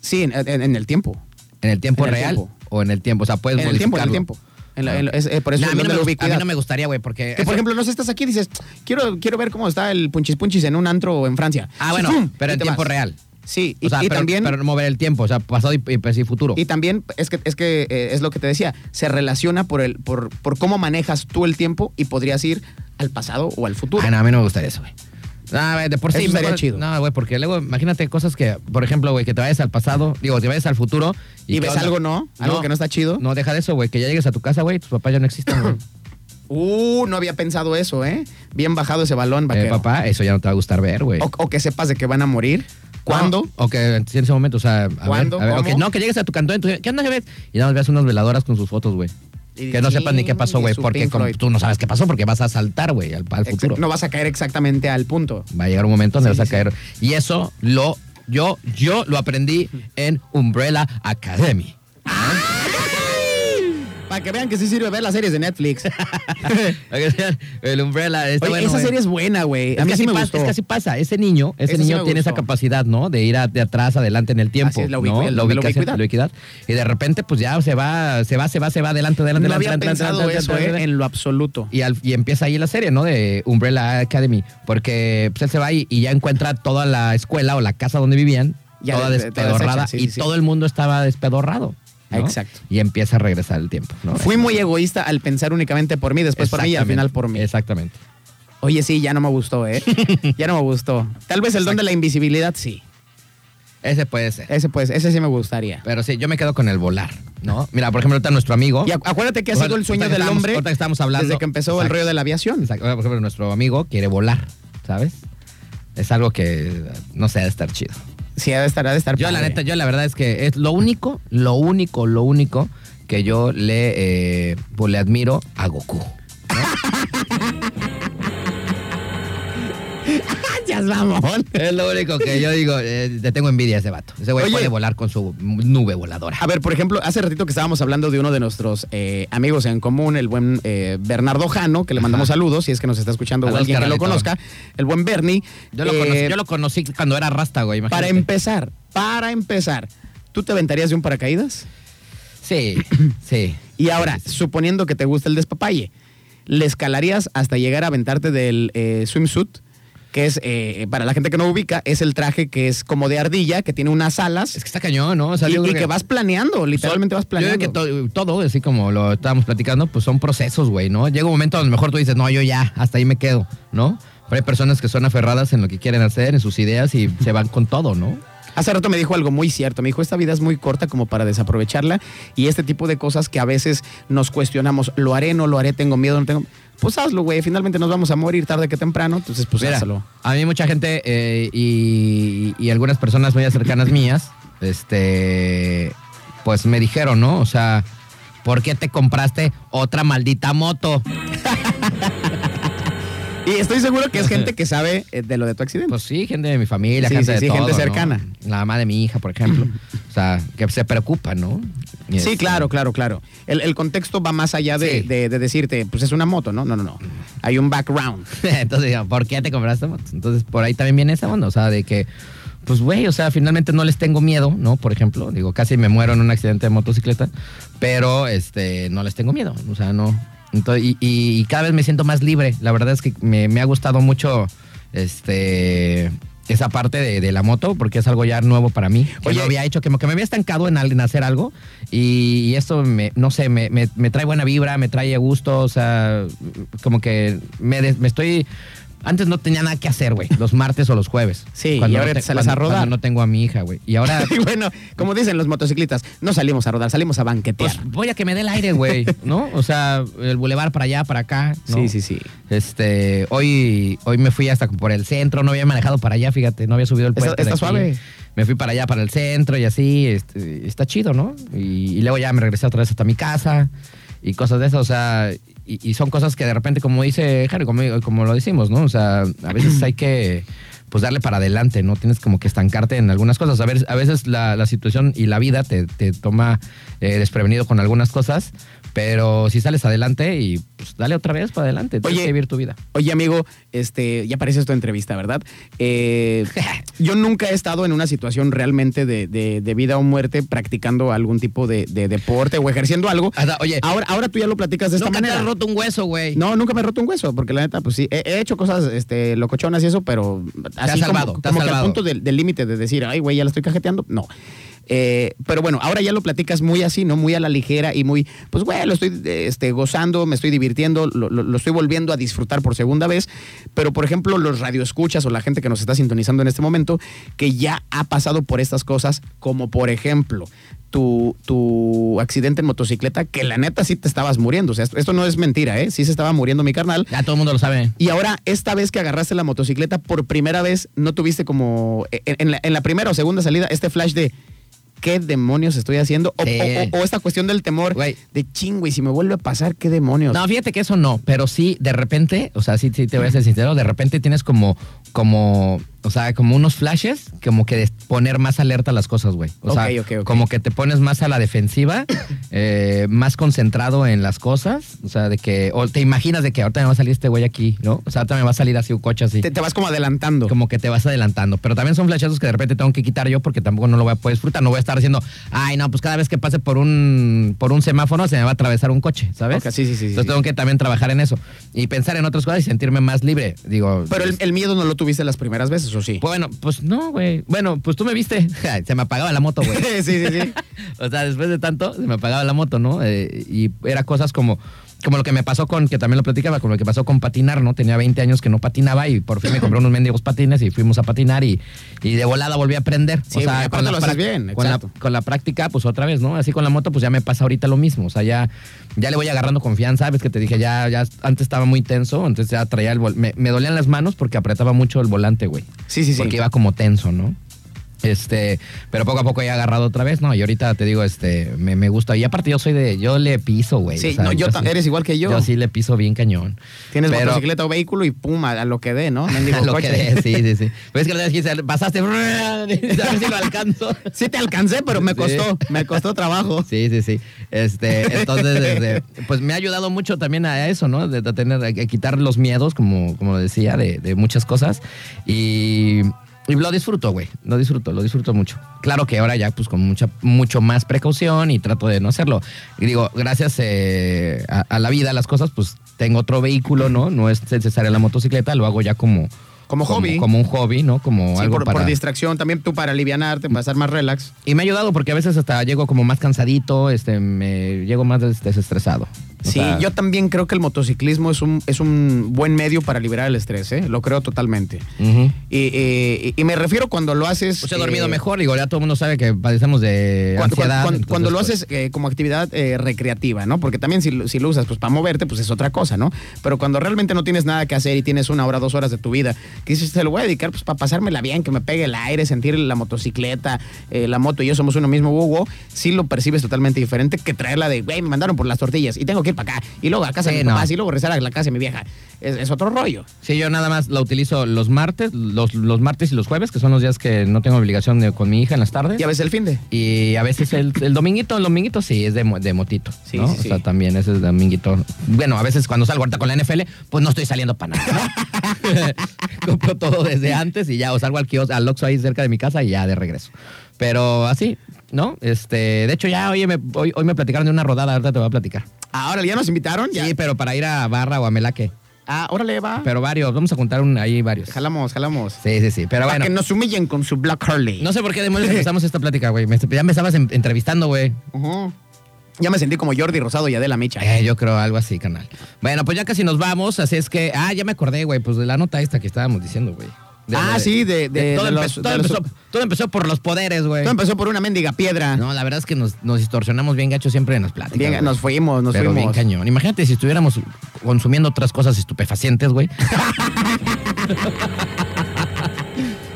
E: Sí, en, en- en el tiempo.
D: En el tiempo
E: En el
D: real
E: tiempo.
D: o en el tiempo. O sea, puedes
E: En el tiempo, en el
D: modificarlo. Ah.
E: tiempo. En la- en la- es- eh, por eso
D: Nah, a,
E: el
D: mí no
E: don
D: me
E: de la
D: gust- a mí
E: ubicuidad.
D: no me gustaría, güey, porque.
E: Que, por
D: eso-
E: ejemplo, no sé, estás aquí y dices, quiero, quiero ver cómo está el punchispunchis en un antro o en Francia.
D: ah, bueno,
E: ¡Fum!
D: pero
E: Y
D: en
E: te
D: tiempo
E: vas.
D: real.
E: Sí, y,
D: O sea,
E: y
D: pero,
E: también,
D: pero no mover el tiempo, o sea, pasado y, y, pues, y futuro.
E: y también es que, es, que eh, es lo que te decía, se relaciona por, el, por, por cómo manejas tú el tiempo y podrías ir al pasado o al futuro.
D: Ay, Ah, no, a mí no me gustaría eso, güey. No, güey, de por sí.
E: Eso estaría
D: mejor-
E: chido.
D: No, güey, porque luego imagínate cosas que, por ejemplo, güey, que te vayas al pasado, digo, te vayas al futuro.
E: y,
D: ¿qué
E: ves
D: onda?
E: algo, ¿no? Algo que no está chido.
D: No, deja de eso, güey, que ya llegues a tu casa, güey, y tus papás ya no existen, güey.
E: Uh, no había pensado eso, ¿eh? Bien bajado ese balón,
D: Eh,
E: vaquero.
D: papá, eso ya no te va a gustar ver, güey.
E: O, o que sepas de que van a morir. ¿Cuándo?
D: No, o que en ese momento, o sea, a
E: ¿Cuándo?
D: ver, a ver,
E: ¿Cómo?
D: ok, no, que llegues a tu cantón, y tú, ¿qué onda, ves? Y nada más veas unas veladoras con sus fotos, güey.
E: Y
D: Que no sepas ni qué pasó, güey,
E: su
D: porque
E: Pink
D: como
E: Floyd.
D: tú no sabes qué pasó porque vas a saltar, güey, al, al
E: Exacto,
D: futuro.
E: No vas a caer exactamente al punto.
D: Va a llegar un momento donde
E: Sí,
D: vas a
E: sí,
D: caer. Y eso lo yo, yo lo aprendí en Umbrella Academy.
E: Para que vean que sí sirve ver las series de Netflix.
D: Para que vean, El Umbrella está
E: Oye,
D: bueno,
E: esa
D: eh.
E: serie es buena, güey.
D: Es
E: A mí
D: que
E: sí
D: así
E: me
D: pasa-
E: gustó.
D: Es que así pasa. Ese niño, ese
E: Ese sí
D: niño
E: me
D: tiene esa
E: gustó.
D: capacidad, ¿no? De ir a- de atrás, adelante en el tiempo.
E: Así es, la
D: ¿no?
E: ubicu-
D: La
E: de la
D: ubicación,
E: ubicuidad.
D: la ubicuidad. Y de repente, pues ya se va, se va, se va, se va, adelante, adelante, adelante,
E: no había
D: adelante,
E: pensado
D: adelante,
E: eso,
D: adelante,
E: eh, en lo absoluto.
D: y, al- y empieza ahí la serie, ¿no? De Umbrella Academy. Porque pues, él se va y, y ya encuentra toda la escuela o la casa donde vivían,
E: Ya
D: toda
E: de- de- toda
D: despedorrada.
E: deshecha, sí,
D: y
E: sí, sí.
D: todo el mundo estaba despedorrado. ¿no?
E: Exacto.
D: Y empieza a regresar el tiempo. ¿no?
E: Fui muy egoísta al pensar únicamente por mí, después por mí y al
D: Exactamente,
E: final por mí.
D: Exactamente.
E: Oye, sí, ya no me gustó, ¿eh? ya no me gustó. Tal vez el don de la invisibilidad, sí.
D: Ese puede ser.
E: Ese pues, ese sí me gustaría.
D: Pero sí, yo me quedo con el volar, ¿no? Mira, por ejemplo, ahorita nuestro amigo.
E: Y acu- acuérdate que ha
D: Ahorita-
E: sido el
D: Oh.
E: sueño
D: ahorita que
E: del
D: estábamos-
E: hombre
D: ahorita que estábamos hablando.
E: desde que empezó el
D: Exacto.
E: rollo de la aviación.
D: Exacto. Por ejemplo, nuestro amigo quiere volar, ¿sabes? Es algo que no sé, ha de estar chido.
E: Sí, ha de estar, ha de estar
D: Yo, la
E: padre.
D: neta, yo la verdad es que es lo único, lo único, lo único que yo le, eh, pues, le admiro a Goku.
E: Gracias, mamón.
D: Es lo único que yo digo, eh, te tengo envidia a ese vato. Ese güey
E: Oye.
D: puede volar con su nube voladora.
E: A ver, por ejemplo, hace ratito que estábamos hablando de uno de nuestros eh, amigos en común, el buen eh, Bernardo Jano, que le mandamos
D: Ajá.
E: saludos, si es que nos está escuchando o
D: Saludos,
E: alguien que lo
D: carnalito.
E: conozca, el buen Bernie.
D: Yo lo,
E: Eh,
D: conocí, yo lo conocí cuando era rasta, güey, imagínate.
E: Para empezar, para empezar, ¿tú te aventarías de un paracaídas?
D: Sí, sí.
E: Y ahora,
D: Sí, sí, sí.
E: suponiendo que te gusta el despapalle, ¿le escalarías hasta llegar a aventarte del eh, swimsuit? Que es, eh, para la gente que no ubica, es el traje que es como de ardilla, que tiene unas alas
D: Es que está cañón, ¿no? O sea,
E: y,
D: yo
E: y
D: creo
E: que vas planeando, literalmente vas
D: Yo creo
E: planeando.
D: que to- todo, así como lo estábamos platicando, pues son procesos, güey, ¿no? Llega un momento donde mejor tú dices, no, yo ya, hasta ahí me quedo, ¿no? Pero hay personas que son aferradas en lo que quieren hacer, en sus ideas y se van con todo, ¿no?
E: Hace rato me dijo algo muy cierto. Me dijo, esta vida es muy corta como para desaprovecharla y este tipo de cosas que a veces nos cuestionamos, lo haré, no lo haré, tengo miedo, no tengo... Pues hazlo, güey. Finalmente nos vamos a morir tarde que temprano, entonces pues
D: Mira,
E: hazlo.
D: a mí mucha gente eh, y, y algunas personas muy cercanas mías, este, pues me dijeron, ¿no? O sea, ¿por qué te compraste otra maldita moto?
E: Y estoy seguro que es gente que sabe eh, de lo de tu accidente.
D: Pues sí, gente de mi familia,
E: Sí,
D: gente
E: sí,
D: de
E: sí,
D: todo,
E: gente
D: ¿no?
E: cercana.
D: La mamá de mi hija, por ejemplo. O sea, que se preocupa, ¿no? Y
E: Sí,
D: este,
E: claro, claro, claro. El, el contexto va más allá de,
D: Sí.
E: de- de decirte, pues es una moto, ¿no? No, no, no. Hay un background.
D: Entonces, digo, ¿por qué te compraste motos? Entonces, por ahí también viene esa onda, o sea, de que, pues, güey, o sea, finalmente no les tengo miedo, ¿no? Por ejemplo, digo, casi me muero en un accidente de motocicleta, pero, este, no les tengo miedo, o sea, no. Entonces, y, y- y cada vez me siento más libre, la verdad es que me, me ha gustado mucho, este... Esa parte de, de la moto, porque es algo ya nuevo para mí. Que
E: Oye.
D: no había hecho, que, me- que me había estancado en, al- en hacer algo. Y, y esto, me, no sé, me, me- me trae buena vibra, me trae a gusto. O sea, como que me, des- me estoy. Antes no tenía nada que hacer, güey. Los martes o los jueves.
E: Sí, y ahora te sales a
D: cuando-
E: rodar.
D: cuando no tengo a mi hija, güey. Y ahora.
E: y bueno, como dicen los motociclistas, no salimos a rodar, salimos a banquetear.
D: Pues voy a que me dé el aire, güey, ¿no? O sea, el bulevar para allá, para acá. ¿no?
E: Sí, sí, sí.
D: Este, hoy, hoy me fui hasta por el centro, no había manejado para allá, fíjate, no había subido el
E: Está-
D: puente. de
E: está
D: aquí.
E: suave.
D: Me fui para allá, para el centro y así, este, está chido, ¿no? Y, y luego ya me regresé otra vez hasta mi casa y cosas de esas, o sea, y, y son cosas que de repente, como dice Harry, como, como lo decimos, ¿no? O sea, a veces hay que, pues, darle para adelante, ¿no? Tienes como que estancarte en algunas cosas. A, ver, a veces la, la situación y la vida te, te toma eh, desprevenido con algunas cosas, pero si sales adelante y, pues, dale otra vez para adelante, tienes
E: Oye,
D: que vivir tu vida.
E: Oye, amigo, este, ya parece tu entrevista, ¿verdad? Eh, yo nunca he estado en una situación realmente de, de- de vida o muerte practicando algún tipo de, de deporte o ejerciendo algo.
D: Hasta- oye,
E: Ahora, ahora tú ya lo platicas Ah, de esta
D: Ah, eh. nunca te
E: manera.
D: has roto un hueso, güey.
E: No, nunca me he roto un hueso, porque la neta, pues sí, he, he hecho cosas este, locochonas y eso, pero
D: has
E: así
D: salvado,
E: como,
D: te has
E: como que al
D: salvado.
E: punto del del límite de decir, ay, güey, ya la estoy cajeteando, no. Eh, pero bueno, ahora ya lo platicas muy así, ¿no? Muy a la ligera y muy, pues, güey, lo estoy eh, este, gozando, me estoy divirtiendo, lo, lo- lo estoy volviendo a disfrutar por segunda vez. Pero, por ejemplo, los radioescuchas o la gente que nos está sintonizando en este momento, que ya ha pasado por estas cosas, como por ejemplo, tu, tu accidente en motocicleta, que la neta sí te estabas muriendo. O sea, esto, esto no es mentira, ¿eh? Sí se estaba muriendo mi carnal.
D: Ya todo el mundo lo sabe.
E: Y ahora, esta vez que agarraste la motocicleta por primera vez, ¿no tuviste como en, en la, en la primera o segunda salida este flash de qué demonios estoy haciendo? O,
D: Sí.
E: o- o- o esta cuestión del temor
D: Güey.
E: de ching, güey, si me vuelve a pasar, qué demonios.
D: No, fíjate que eso no, pero sí, de repente, o sea, sí, sí te voy a ser sincero, de repente tienes como, como, O sea, como unos flashes, como que de poner más alerta a las cosas, güey. O sea,
E: Ok, ok, ok.
D: como que te pones más a la defensiva, eh, más concentrado en las cosas. O sea, de que. O te imaginas de que ahorita me va a salir este güey aquí, ¿no? O sea, ahorita me va a salir así un coche así.
E: Te, te vas como adelantando.
D: Como que te vas adelantando. Pero también son flashazos que de repente tengo que quitar yo porque tampoco no lo voy a poder disfrutar. No voy a estar diciendo, ay, no, pues cada vez que pase por un, por un semáforo se me va a atravesar un coche, ¿sabes?
E: Ok, sí, sí, sí, sí,
D: Entonces
E: sí.
D: tengo que también trabajar en eso. Y pensar en otras cosas y sentirme más libre. Digo. pues,
E: Pero el, el miedo no lo tuviste las primeras veces, ¿o sí?
D: Bueno, pues no, güey. Bueno, pues tú me viste. se me apagaba la moto, güey.
E: sí, sí, sí.
D: O sea, después de tanto, se me apagaba la moto, ¿no? Eh, y era cosas como, como lo que me pasó con, que también lo platicaba, con lo que pasó con patinar, ¿no? Tenía 20 años que no patinaba y por fin me compré unos mendigos patines y fuimos a patinar y, y de volada volví a aprender.
E: Sí, porque aparte lo haces
D: prac-
E: bien,
D: con la,
E: exacto.
D: con la práctica, pues otra vez, ¿no? Así con la moto, pues ya me pasa ahorita lo mismo. O sea, ya, ya le voy agarrando confianza. Sabes que te dije, ya, ya antes estaba muy tenso, entonces ya traía el vol me, me dolían las manos porque apretaba mucho el volante, güey.
E: Sí, sí, sí.
D: Porque iba como tenso, ¿no? Este, pero poco a poco he agarrado otra vez, ¿no? Y ahorita te digo, este, me, me gusta. Y aparte yo soy de, yo le piso, güey.
E: Sí,
D: O sea,
E: no, yo ta-
D: sí-
E: eres igual que yo.
D: Yo sí le piso bien cañón.
E: Tienes
D: Pero-
E: motocicleta o vehículo y pum, a, a lo que dé, ¿no? Mendigo
D: a lo que
E: coche.
D: dé, sí, sí, sí. Pues es que la vez que hice, pasaste, a ver si lo alcanzo.
E: Sí te alcancé, pero me
D: Sí.
E: costó, me costó trabajo.
D: Sí, sí, sí. Este, entonces, este, pues me ha ayudado mucho también a eso, ¿no? De, de tener, a quitar los miedos, como, como decía, de, de muchas cosas. Y, y lo disfruto, güey. Lo disfruto, lo disfruto mucho. Claro que ahora ya, pues con mucha, mucho más precaución y trato de no hacerlo. Y digo, gracias eh, a, a la vida, a las cosas, pues tengo otro vehículo, ¿no? No es necesaria la motocicleta, lo hago ya como.
E: Como hobby.
D: Como un hobby, ¿no? Como
E: Sí,
D: algo
E: por, por
D: para...
E: distracción, también tú para alivianarte, para estar más relax.
D: Y me ha ayudado porque a veces hasta llego como más cansadito, este, me llego más des- desestresado. O
E: Sí,
D: sea,
E: yo también creo que el motociclismo es un, es un buen medio para liberar el estrés, ¿eh? Lo creo totalmente.
D: Ujú.
E: Y, eh, y- y me refiero cuando lo haces...
D: Pues he
E: eh,
D: dormido mejor, digo, ya todo el mundo sabe que padecemos de
E: Cuando, cuando-
D: ansiedad.
E: cuando-
D: entonces,
E: cuando lo
D: pues,
E: haces eh, como actividad eh, recreativa, ¿no? Porque también si, lo- si lo usas pues para moverte, pues es otra cosa, ¿no? Pero cuando realmente no tienes nada que hacer y tienes una hora, dos horas de tu vida, que dices, te lo voy a dedicar pues para pasármela bien, que me pegue el aire, sentir la motocicleta, eh, la moto y yo somos uno mismo, Hugo, sí lo percibes totalmente diferente que traerla de, güey, me mandaron por las tortillas y tengo que ir para acá, y luego a casa de
D: Sí,
E: mi
D: no.
E: papá, y luego regresar a la casa de mi vieja. Es, es otro rollo.
D: Sí, yo nada más la utilizo los martes, los, los martes y los jueves, que son los días que no tengo obligación de- con mi hija en las tardes.
E: Y a veces el fin de...
D: Y a veces el, el dominguito, el dominguito sí, es de, mo- de motito.
E: Sí,
D: ¿no?
E: sí,
D: O sea,
E: sí.
D: también ese es dominguito. Bueno, a veces cuando salgo ahorita con la NFL, pues no estoy saliendo para nada. ¿no? Compro todo desde antes y ya, o salgo al kiosco, al Oxxo ahí cerca de mi casa y ya de regreso. Pero así, ¿no? Este, de hecho, ya oye, me- hoy, hoy me platicaron de una rodada, ahorita te voy a platicar.
E: Ahora "Ah, ya nos invitaron, ya.
D: Sí, pero para ir a Barra o a Melaque.
E: Ah, órale, va.
D: Pero varios, vamos a juntar un, ahí varios.
E: Jalamos, jalamos.
D: Sí, sí, sí. Pero
E: Para
D: bueno.
E: que nos humillen con su Black Harley.
D: No sé por qué demonios empezamos esta plática, güey. Me- Ya me estabas en- entrevistando, güey.
E: Ujú. Ya me sentí como Jordi Rosado y Adela Micha.
D: Eh, yo creo algo así, canal. Bueno, pues ya casi nos vamos, así es que. Ah, ya me acordé, güey, pues de la nota esta que estábamos diciendo, güey. De-
E: Ah, sí, de- de-
D: todo,
E: de
D: empe-
E: los-
D: todo
E: de los-
D: empezó, todo empezó por los poderes, güey.
E: Todo empezó por una mendiga piedra.
D: No, la verdad es que nos, nos distorsionamos bien gacho siempre en las pláticas.
E: Bien,
D: güey.
E: nos fuimos, nos
D: Pero bien
E: fuimos.
D: cañón. Imagínate si estuviéramos consumiendo otras cosas estupefacientes, güey.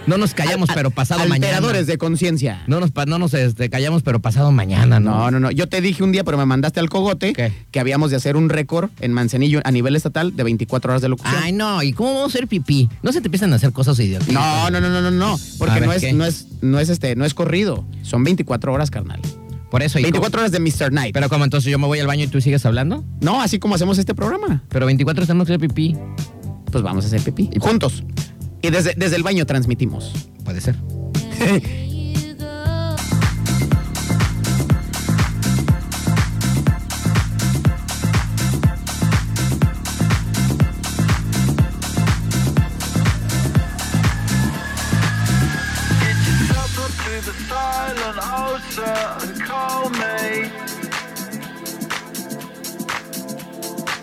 D: no nos callamos, pero pasado
E: Alteradores
D: mañana.
E: de conciencia.
D: No nos, pa- no nos este, callamos, pero pasado mañana, ¿no?
E: No, no, no. Yo te dije un día, pero me mandaste al cogote
D: ¿Qué?
E: que habíamos de hacer un récord en Manzanillo a nivel estatal de 24 horas de locución.
D: Ay, no, ¿y cómo vamos a hacer pipí? No se te empiezan a hacer cosas idiotas.
E: no, no, no, no, no, no.
D: A
E: Porque
D: ver,
E: no es,
D: ¿qué?
E: no es, no es este, no es corrido. Son 24 horas, carnal.
D: Por eso. ¿y cómo?
E: 24 horas de Mr. Night.
D: Pero como entonces yo me voy al baño y tú sigues hablando.
E: no, así como hacemos este programa.
D: Pero 24 estamos que hacer pipí.
E: Pues vamos a hacer pipí.
D: Y-
E: Juntos. Y desde, desde el baño transmitimos.
D: Puede ser.
A: Get yourself up to the silent ocean and call me.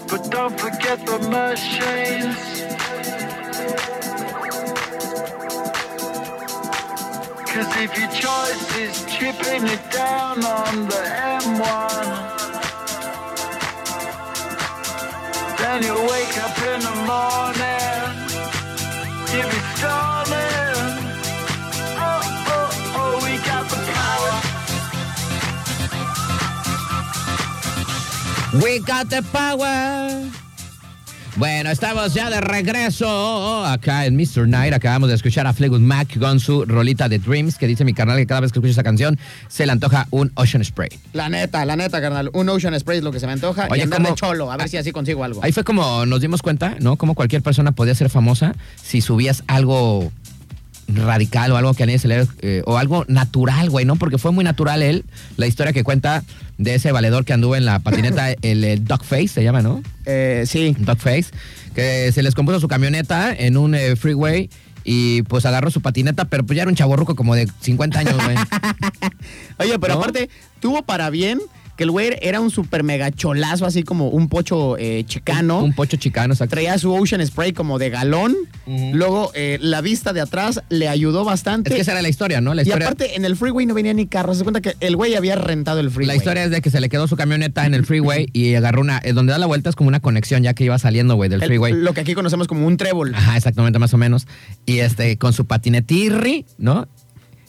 A: But don't forget the machines. Cause if your choice is chipping it down on the M1, then you'll wake up in the morning. You'll be stalling. Oh, oh, oh, we got the power.
D: We got the power. Bueno, estamos ya de regreso acá en Mr. Night. Acabamos de escuchar a Fleetwood Mac con su rolita de Dreams, que dice mi carnal que cada vez que escucho esa canción se le antoja un Ocean Spray.
E: La neta, la neta, carnal. Un Ocean Spray es lo que se me antoja.
D: Oye,
E: y andar de
D: ¿cómo?
E: cholo, a ver si así consigo algo.
D: Ahí fue como nos dimos cuenta, ¿no? Como cualquier persona podía ser famosa si subías algo radical o algo que a nadie se le eh, o algo natural, güey, ¿no? Porque fue muy natural él, la historia que cuenta de ese valedor que anduvo en la patineta, el, eh, Duckface se llama, ¿no?
E: Eh, sí.
D: Duckface, que se les compuso su camioneta en un eh, freeway y pues agarró su patineta, pero pues ya era un chaborruco como de 50 años, güey.
E: Oye, pero
D: ¿No?
E: aparte, tuvo para bien que el güey era un super mega cholazo, así como un pocho eh, chicano.
D: Un, pocho chicano, exacto.
E: Traía su Ocean Spray como de galón.
D: Ujú.
E: Luego, eh, la vista de atrás le ayudó bastante.
D: Es que esa era la historia, ¿no? La
E: y
D: historia
E: aparte, en el freeway no venía ni carro. Se cuenta que el güey había rentado el freeway.
D: La historia es de que se le quedó su camioneta en el freeway y agarró una. eh, donde da la vuelta es como una conexión ya que iba saliendo, güey, del
E: El-
D: freeway.
E: Lo que aquí conocemos como un trébol.
D: Ajá, exactamente, más o menos. Y este, con su patinetirri, ¿no?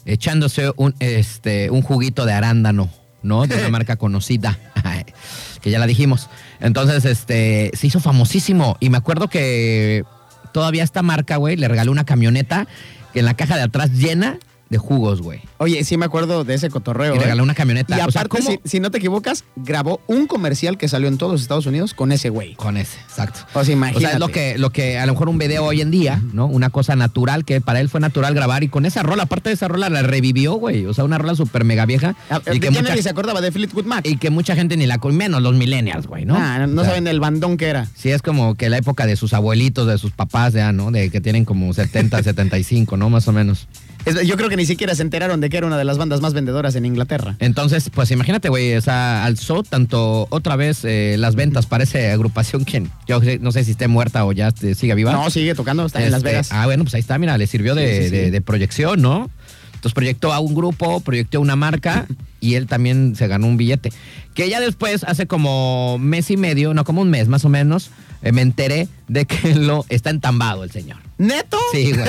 D: Echándose un, este, un juguito de arándano, ¿no? De una marca conocida, que ya la dijimos. Entonces, este, se hizo famosísimo. Y me acuerdo que todavía esta marca, güey, le regaló una camioneta que en la caja de atrás llena de jugos, güey.
E: Oye, sí me acuerdo de ese cotorreo.
D: Y
E: ¿eh?
D: regaló una camioneta.
E: Y
D: O sea,
E: aparte,
D: ¿cómo?
E: si, si no te equivocas, grabó un comercial que salió en todos los Estados Unidos con ese güey.
D: Con ese, exacto.
E: O sea, imagínate.
D: O sea, es lo que, lo que a lo mejor un video hoy en día, ¿no? Una cosa natural que para él fue natural grabar y con esa rola, aparte de esa rola, la revivió, güey. O sea, una rola súper mega vieja.
E: Ah,
D: Y que,
E: ya
D: mucha,
E: nadie se acordaba de Fleetwood Mac.
D: y que mucha gente ni la con menos los millennials, güey, ¿no?
E: Ah, no, no
D: O sea,
E: saben el bandón que era.
D: Sí, es como que la época de sus abuelitos, de sus papás, ya, ¿no? De que tienen como 70, 75, ¿no? Más o menos.
E: Es- yo creo que ni siquiera se enteraron de que era una de las bandas más vendedoras en Inglaterra.
D: Entonces, pues imagínate, güey, o sea, alzó tanto otra vez eh, las ventas para esa agrupación que yo no sé si esté muerta o ya este, sigue viva.
E: No, sigue tocando, está en Las
D: Este,
E: Vegas.
D: Ah, bueno, pues ahí está, mira, le sirvió de,
E: Sí, sí, sí.
D: de- de proyección, ¿no? Entonces proyectó a un grupo, proyectó una marca y él también se ganó un billete. Que ya después, hace como mes y medio, no, como un mes más o menos, eh, me enteré de que lo está entambado el señor.
E: ¿Neto?
D: Sí, güey.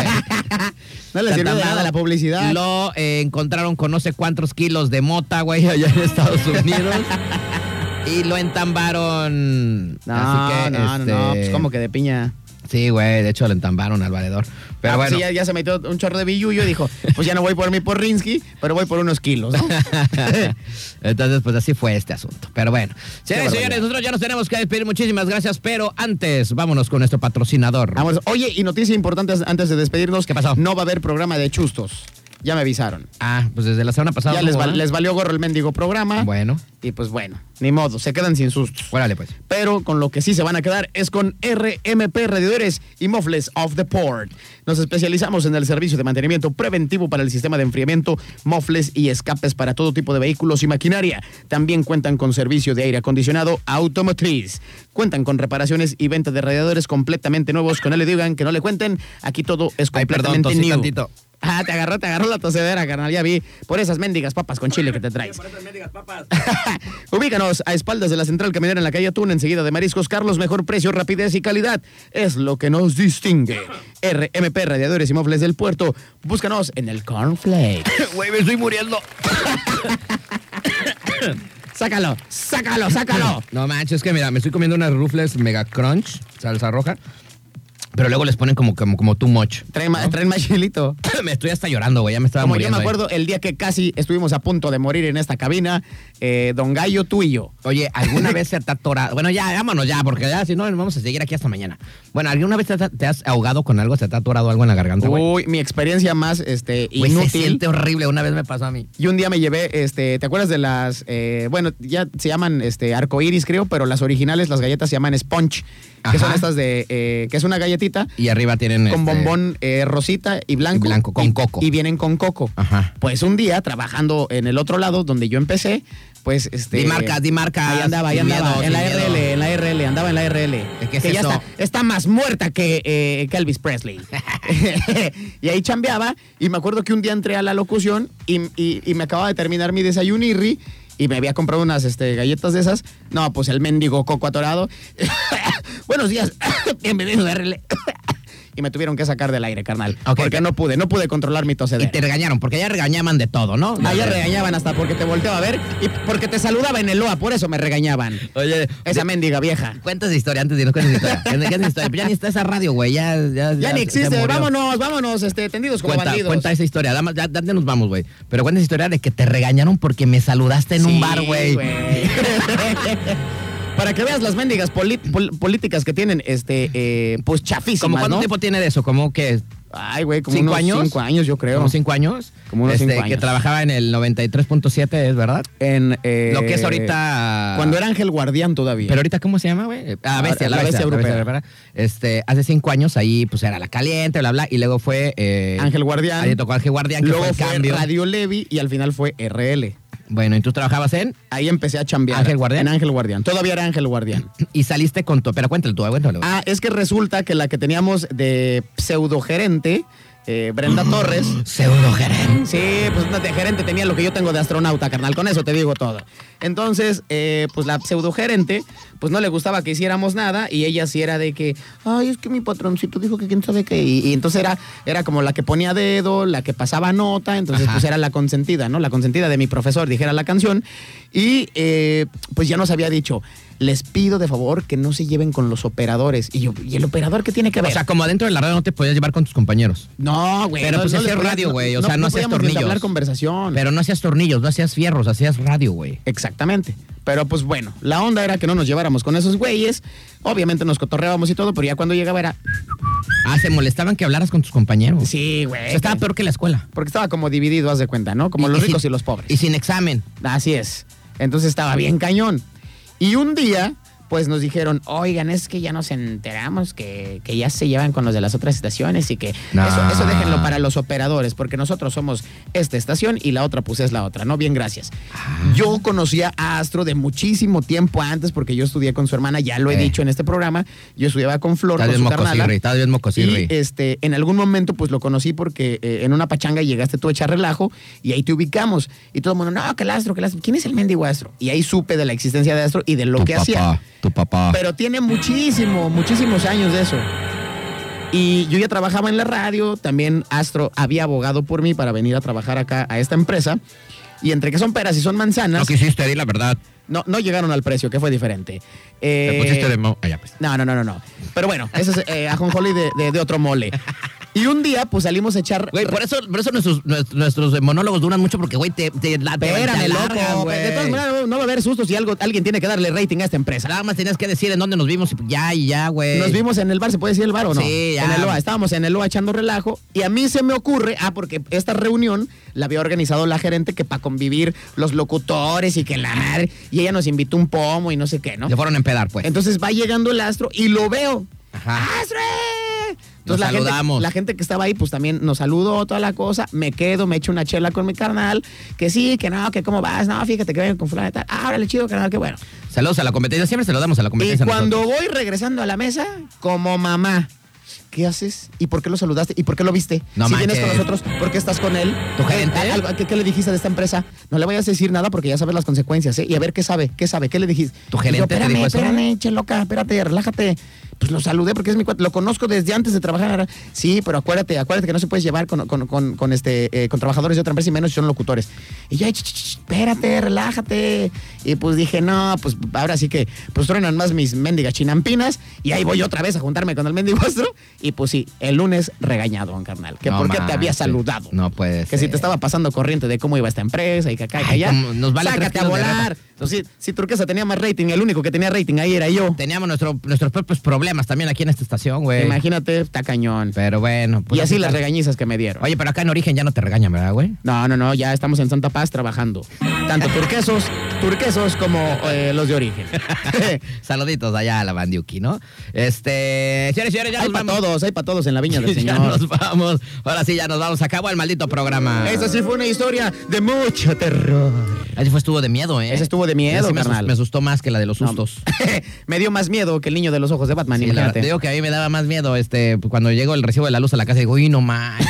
E: No le
D: Está
E: sirvió de
D: entambado.
E: nada la publicidad.
D: Lo eh, encontraron con no sé cuántos kilos de mota, güey, allá en Estados Unidos. y lo entambaron.
E: No,
D: Así que,
E: no, no, no,
D: este,
E: pues como que de piña.
D: Sí, güey, de hecho lo entambaron al valedor. Pero
E: Ah, pues
D: bueno.
E: sí, ya, ya se metió un chorro de billuyo y dijo, pues ya no voy por mi porrinsky, pero voy por unos kilos, ¿no?
D: Entonces, pues así fue este asunto. Pero bueno, señores,
E: barbaridad.
D: señores, nosotros ya nos tenemos que despedir. Muchísimas gracias. Pero antes, vámonos con nuestro patrocinador.
E: Vamos, oye, y noticia importante antes de despedirnos.
D: ¿Qué pasó?
E: No va a haber programa de chustos. Ya me avisaron.
D: Ah, pues desde la semana pasada.
E: Ya
D: no
E: les,
D: hubo,
E: val-
D: ¿eh?
E: les valió gorro el mendigo programa.
D: Bueno,
E: Y pues bueno, ni modo, se quedan sin sustos.
D: órale pues.
E: Pero con lo que sí se van a quedar es con RMP Radiadores y Mofles of the Port. Nos especializamos en el servicio de mantenimiento preventivo para el sistema de enfriamiento, mofles y escapes para todo tipo de vehículos y maquinaria. También cuentan con servicio de aire acondicionado automotriz. Cuentan con reparaciones y venta de radiadores completamente nuevos. Que no le digan, que no le cuenten. Aquí todo es
D: Ay, perdón,
E: completamente
D: tosí
E: new.
D: tantito.
E: Ah, te agarró, te agarró la tosedera, carnal. Ya vi. Por esas mendigas papas con chile que te traes. Ubícanos a espaldas de la central caminera en la calle Atún, enseguida de Mariscos Carlos, mejor precio, rapidez y calidad. Es lo que nos distingue. RMP Radiadores y Mofles del Puerto. Búscanos en el Cornflake.
D: Güey, me estoy muriendo.
E: Sácalo, sácalo, sácalo.
D: No manches, es que mira, me estoy comiendo unas rufles mega crunch, salsa roja. Pero luego les ponen como, como, como too much.
E: Trae, ma- trae más chilito.
D: me estoy hasta llorando, güey. Ya me estaba
E: Como
D: muriendo.
E: yo
D: ahí.
E: me acuerdo el día que casi estuvimos a punto de morir en esta cabina, eh, Don Gallo, tú y yo.
D: Oye, ¿alguna vez se te ha atorado? Bueno, ya, vámonos ya, porque ya, si no, vamos a seguir aquí hasta mañana. Bueno, ¿alguna vez te, has- te has ahogado con algo? ¿Se te ha atorado algo en la garganta, güey?
E: Uy, mi experiencia más este,
D: Güey, se
E: Uh, inútil.
D: siente horrible. Una vez me pasó a mí.
E: Y un día me llevé, este, ¿te acuerdas de las, eh, bueno, ya se llaman este, arcoiris, creo, pero las originales, las galletas se llaman sponge, que son
D: Ajá.
E: estas de, eh, que es una galletita
D: Y arriba tienen.
E: con
D: este,
E: bombón eh, rosita y blanco.
D: y blanco, con coco.
E: Y vienen con coco.
D: Ajá.
E: Pues un día, trabajando en el otro lado, donde yo empecé, pues este...
D: Di marcas, di marcas.
E: Ahí andaba, ahí
D: Sin
E: andaba,
D: miedo,
E: en la
D: sin
E: RL,
D: miedo.
E: en la RL, andaba en la RL.
D: ¿Qué es
E: que ya
D: eso?
E: está, está más muerta que, eh, que Elvis Presley. y ahí chambeaba, y me acuerdo que un día entré a la locución y, y- y me acababa de terminar mi desayunirri y me había comprado unas este, galletas de esas. No, pues el mendigo coco atorado. Buenos días, bienvenido a RL. y me tuvieron que sacar del aire, carnal.
D: Ok.
E: Porque no pude, no pude controlar mi
D: Y
E: tosedera.
D: te regañaron, porque allá regañaban de todo, ¿no?
E: Ayer regañaban hasta porque te volteaba a ver y porque te saludaba en el Loa, por eso me regañaban.
D: Oye,
E: Esa mendiga vieja.
D: Cuentas historia antes de irnos, cuentas historia. ¿Qué es la historia? Pues ya ni está esa radio, güey. Ya, ya,
E: Ya, ni
D: se
E: existe,
D: murió.
E: vámonos, vámonos, este, tendidos como
D: Cuenta,
E: bandidos.
D: cuenta esa historia. Dama- Ya, ya nos vamos, güey. Pero cuenta esa historia de que te regañaron porque me saludaste en
E: Sí,
D: un bar, güey.
E: Para que veas las mendigas poli- pol- políticas que tienen, este, eh, pues chafísimas,
D: ¿Cómo cuánto
E: ¿no?
D: tiempo tiene de eso? ¿Cómo que?
E: Ay, güey, como
D: ¿Cinco
E: unos
D: años?
E: cinco años, yo creo.
D: ¿Como cinco años? Este,
E: Como unos cinco
D: Que
E: años.
D: trabajaba en el 93.7, ¿es verdad?
E: En, eh,
D: Lo que es ahorita...
E: Cuando era Ángel Guardián todavía.
D: Pero ahorita, ¿cómo se llama, güey? Ah,
E: La-
D: bestia, la, bestia,
E: la Bestia
D: la bestia
E: Grupera.
D: grupera. Este, hace cinco años ahí, pues era la caliente, bla, bla, y luego fue. eh,
E: Ángel Guardián.
D: Ahí le tocó Ángel Guardián, que
E: Luego
D: fue el
E: fue
D: cambio.
E: Radio Levi y al final fue RL.
D: Bueno, y tú trabajabas en.
E: Ahí empecé a chambear.
D: ¿Ángel Guardián?
E: En Ángel Guardián. Todavía era Ángel Guardián.
D: Y saliste con tu. Pero cuéntale tú, eh, cuéntale. güey.
E: Ah, es que resulta que la que teníamos de pseudogerente, eh, Brenda Torres.
D: Pseudo gerente.
E: Sí, pues no, de gerente tenía lo que yo tengo de astronauta, carnal. Con eso te digo todo. Entonces, eh, pues la pseudogerente, pues no le gustaba que hiciéramos nada y ella sí era de que, ay, es que mi patroncito dijo que quién sabe qué. Y, y entonces era, era como la que ponía dedo, la que pasaba nota, entonces
D: Ajá.
E: pues era la consentida, ¿no? La consentida de mi profesor, dijera la canción. Y eh, pues ya nos había dicho, les pido de favor que no se lleven con los operadores. Y yo, ¿y el operador qué tiene que ver?
D: O sea, como adentro de la radio no te podías llevar con tus compañeros.
E: no, güey.
D: pero
E: no-
D: pues
E: no
D: ese
E: les
D: es
E: podía-
D: radio, güey, o sea, no hacías
E: podíamos ni
D: tornillos.
E: entablar conversación.
D: Pero no hacías tornillos, no hacías fierros, hacías radio, güey.
E: Exactamente. Pero pues bueno, la onda era que no nos lleváramos con esos güeyes. Obviamente nos cotorreábamos y todo, pero ya cuando llegaba era.
D: Ah, se molestaban que hablaras con tus compañeros.
E: Sí,
D: O
E: güey.
D: sea, estaba peor que la escuela.
E: Porque estaba como dividido, haz de cuenta, ¿no? Como
D: Y-
E: los
D: y sin-
E: ricos y los pobres.
D: Y sin examen.
E: Así es. Entonces estaba bien cañón. Y un día, pues nos dijeron, oigan, es que ya nos enteramos que, que ya se llevan con los de las otras estaciones y que
D: Nah.
E: eso, eso déjenlo para los operadores, porque nosotros somos esta estación y la otra pues es la otra, ¿no? Bien, gracias.
D: Ah.
E: Yo conocía a Astro de muchísimo tiempo antes, porque yo estudié con su hermana, ya lo he
D: Eh.
E: dicho en este programa, yo estudiaba con Flor,
D: Estás
E: con
D: bien
E: su carnala.
D: mocosirri, estás bien mocosirri.
E: Y este, en algún momento, pues lo conocí porque eh, en una pachanga llegaste tú a echar relajo y ahí te ubicamos. Y todo el mundo, no, que el astro, que el astro. ¿Quién es el mendigo astro? Y ahí supe de la existencia de astro y de lo
D: tu
E: que
D: papá,
E: hacía.
D: tu papá.
E: Pero tiene muchísimo, muchísimos años de eso. Y yo ya trabajaba en la radio, también Astro había abogado por mí para venir a trabajar acá a esta empresa. Y entre que son peras y son
D: no
E: manzanas,
D: quisiste di la verdad.
E: no, no llegaron al precio, que fue diferente. Eh,
D: Te pusiste de mo- Allá, pues.
E: no, no, no, no, no. Pero bueno, ese es eh, ajonjolí de, de- de otro mole. Y un día, pues salimos a echar.
D: Güey, por eso, por eso nuestros, nuestros, nuestros monólogos duran mucho porque, güey, te, te la te
E: Espérame,
D: alargan,
E: loco.
D: güey.
E: De todas maneras, no va a haber sustos si algo, alguien tiene que darle rating a esta empresa.
D: Nada más tenías que decir en dónde nos vimos y ya y ya, güey.
E: Nos vimos en el bar, ¿se puede decir el bar o no?
D: Sí, ya.
E: En el OA, estábamos en el OA echando relajo. Y a mí se me ocurre, ah, porque esta reunión la había organizado la gerente que para convivir los locutores y que la madre. Y ella nos invitó un pomo y no sé qué, ¿no?
D: Se fueron a empedar, pues.
E: Entonces va llegando el astro y lo veo.
D: Ajá.
E: ¡Astro!
D: Nos
E: la gente-
D: saludamos.
E: la gente que estaba ahí, pues también nos saludó, toda la cosa. Me quedo, me echo una chela con mi carnal. Que sí, que no, que cómo vas. No, fíjate que vengo con fulano y tal. Ah, órale, chido, carnal, qué bueno.
D: Saludos a la competencia, siempre se lo damos a la
E: Y
D: competencia.
E: cuando voy regresando a la mesa, como mamá, ¿qué haces? ¿Y por qué lo saludaste? ¿Y por qué lo viste?
D: No
E: si vienes
D: manches.
E: con nosotros, ¿por qué estás con él?
D: ¿Tu gerente?
E: ¿Qué, algo- qué- qué le dijiste de esta empresa? No le vayas a decir nada porque ya sabes las consecuencias, ¿eh? Y a ver qué sabe, qué sabe, qué le dijiste.
D: ¿Tu
E: Y yo,
D: gerente te
E: espérame,
D: dijo eso?
E: espérame, che loca, espérate, relájate. Pues lo saludé porque es mi cuate, lo conozco desde antes de trabajar. Sí, pero acuérdate, acuérdate que no se puedes llevar con, con- con- con este, eh, con trabajadores de otra empresa y menos si son locutores. Y yo, "Ay, ch, ch, ch, espérate, relájate. Y pues dije, no, pues ahora sí que, pues truenan más mis mendigas chinampinas y ahí voy otra vez a juntarme con el mendigo astro. Y pues sí, el lunes regañado, don carnal, que
D: No
E: por qué te
D: manches.
E: había saludado.
D: No puede
E: Que si
D: ser.
E: te estaba pasando corriente de cómo iba esta empresa y que acá y que
D: Ay,
E: allá.
D: cómo nos vale tres
E: Sácate a
D: kilos de
E: volar.
D: rata.
E: Pues sí, si Turquesa tenía más rating, el único que tenía rating ahí era yo.
D: Teníamos nuestro, nuestros propios problemas también aquí en esta estación, güey.
E: Imagínate, está cañón.
D: Pero bueno. pues
E: y así las
D: está.
E: regañizas que me dieron.
D: Oye, pero acá en Origen ya no te regañan, ¿verdad, güey?
E: No, no, no, ya estamos en Santa Paz trabajando. Tanto turquesos, turquesos como eh, los de origen.
D: Saluditos allá a la Bandiuki, ¿no? Este. Señores, señores, ya
E: hay
D: nos
E: para
D: vamos.
E: todos, hay para todos en la viña del
D: ya
E: señor.
D: nos vamos. Ahora sí, ya nos vamos. Acabó el maldito programa.
E: Esa sí fue una historia de mucho terror.
D: Ese fue estuvo de miedo, ¿eh?
E: Ese estuvo de miedo,
D: Ese me, asus-
E: carnal.
D: me asustó más que la de los
E: No.
D: sustos.
E: me dio más miedo que el niño de los ojos de Batman,
D: Sí, la verdad,
E: imagínate.
D: te digo que a mí me daba más miedo este pues, cuando llego el recibo de la luz a la casa digo, uy, no más.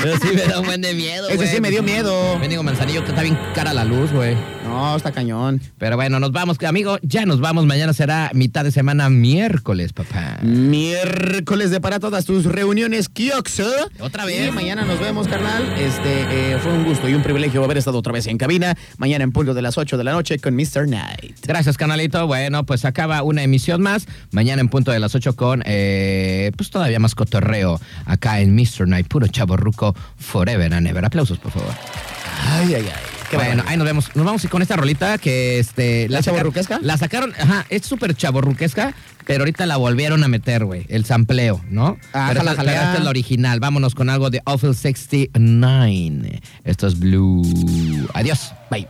D: Pero sí me da un buen de miedo,
E: Ese
D: güey.
E: sí me dio miedo.
D: Bendigo Manzanillo, que está bien cara la luz, güey.
E: No, está cañón.
D: Pero bueno, nos vamos, amigo. Ya nos vamos. Mañana será mitad de semana, miércoles, papá.
E: Miércoles de para todas tus reuniones, Kioxo.
D: Otra vez.
E: Y mañana nos vemos, carnal. Este eh, fue un gusto y un privilegio haber estado otra vez en cabina. Mañana en punto de las 8 de la noche con Mr. Knight.
D: Gracias, canalito. Bueno, pues acaba una emisión más. Mañana en punto de las 8 con, eh, pues todavía más cotorreo acá en Mr. Night. Puro chavo ruco forever and ever. Aplausos, por favor.
E: Ay, ay, ay. Qué
D: bueno,
E: barbaridad.
D: ahí nos vemos. Nos vamos y con esta rolita que este.
E: ¿La
D: saca-
E: chavorruquesca?
D: La sacaron, ajá, es súper chaborruquesca, pero ahorita la volvieron a meter, güey. El sampleo, ¿no?
E: Ah,
D: pero
E: jala,
D: esta-
E: jala.
D: pero esta es la original. Vámonos con algo de Awful 69. Esto es Blue. Adiós. Bye.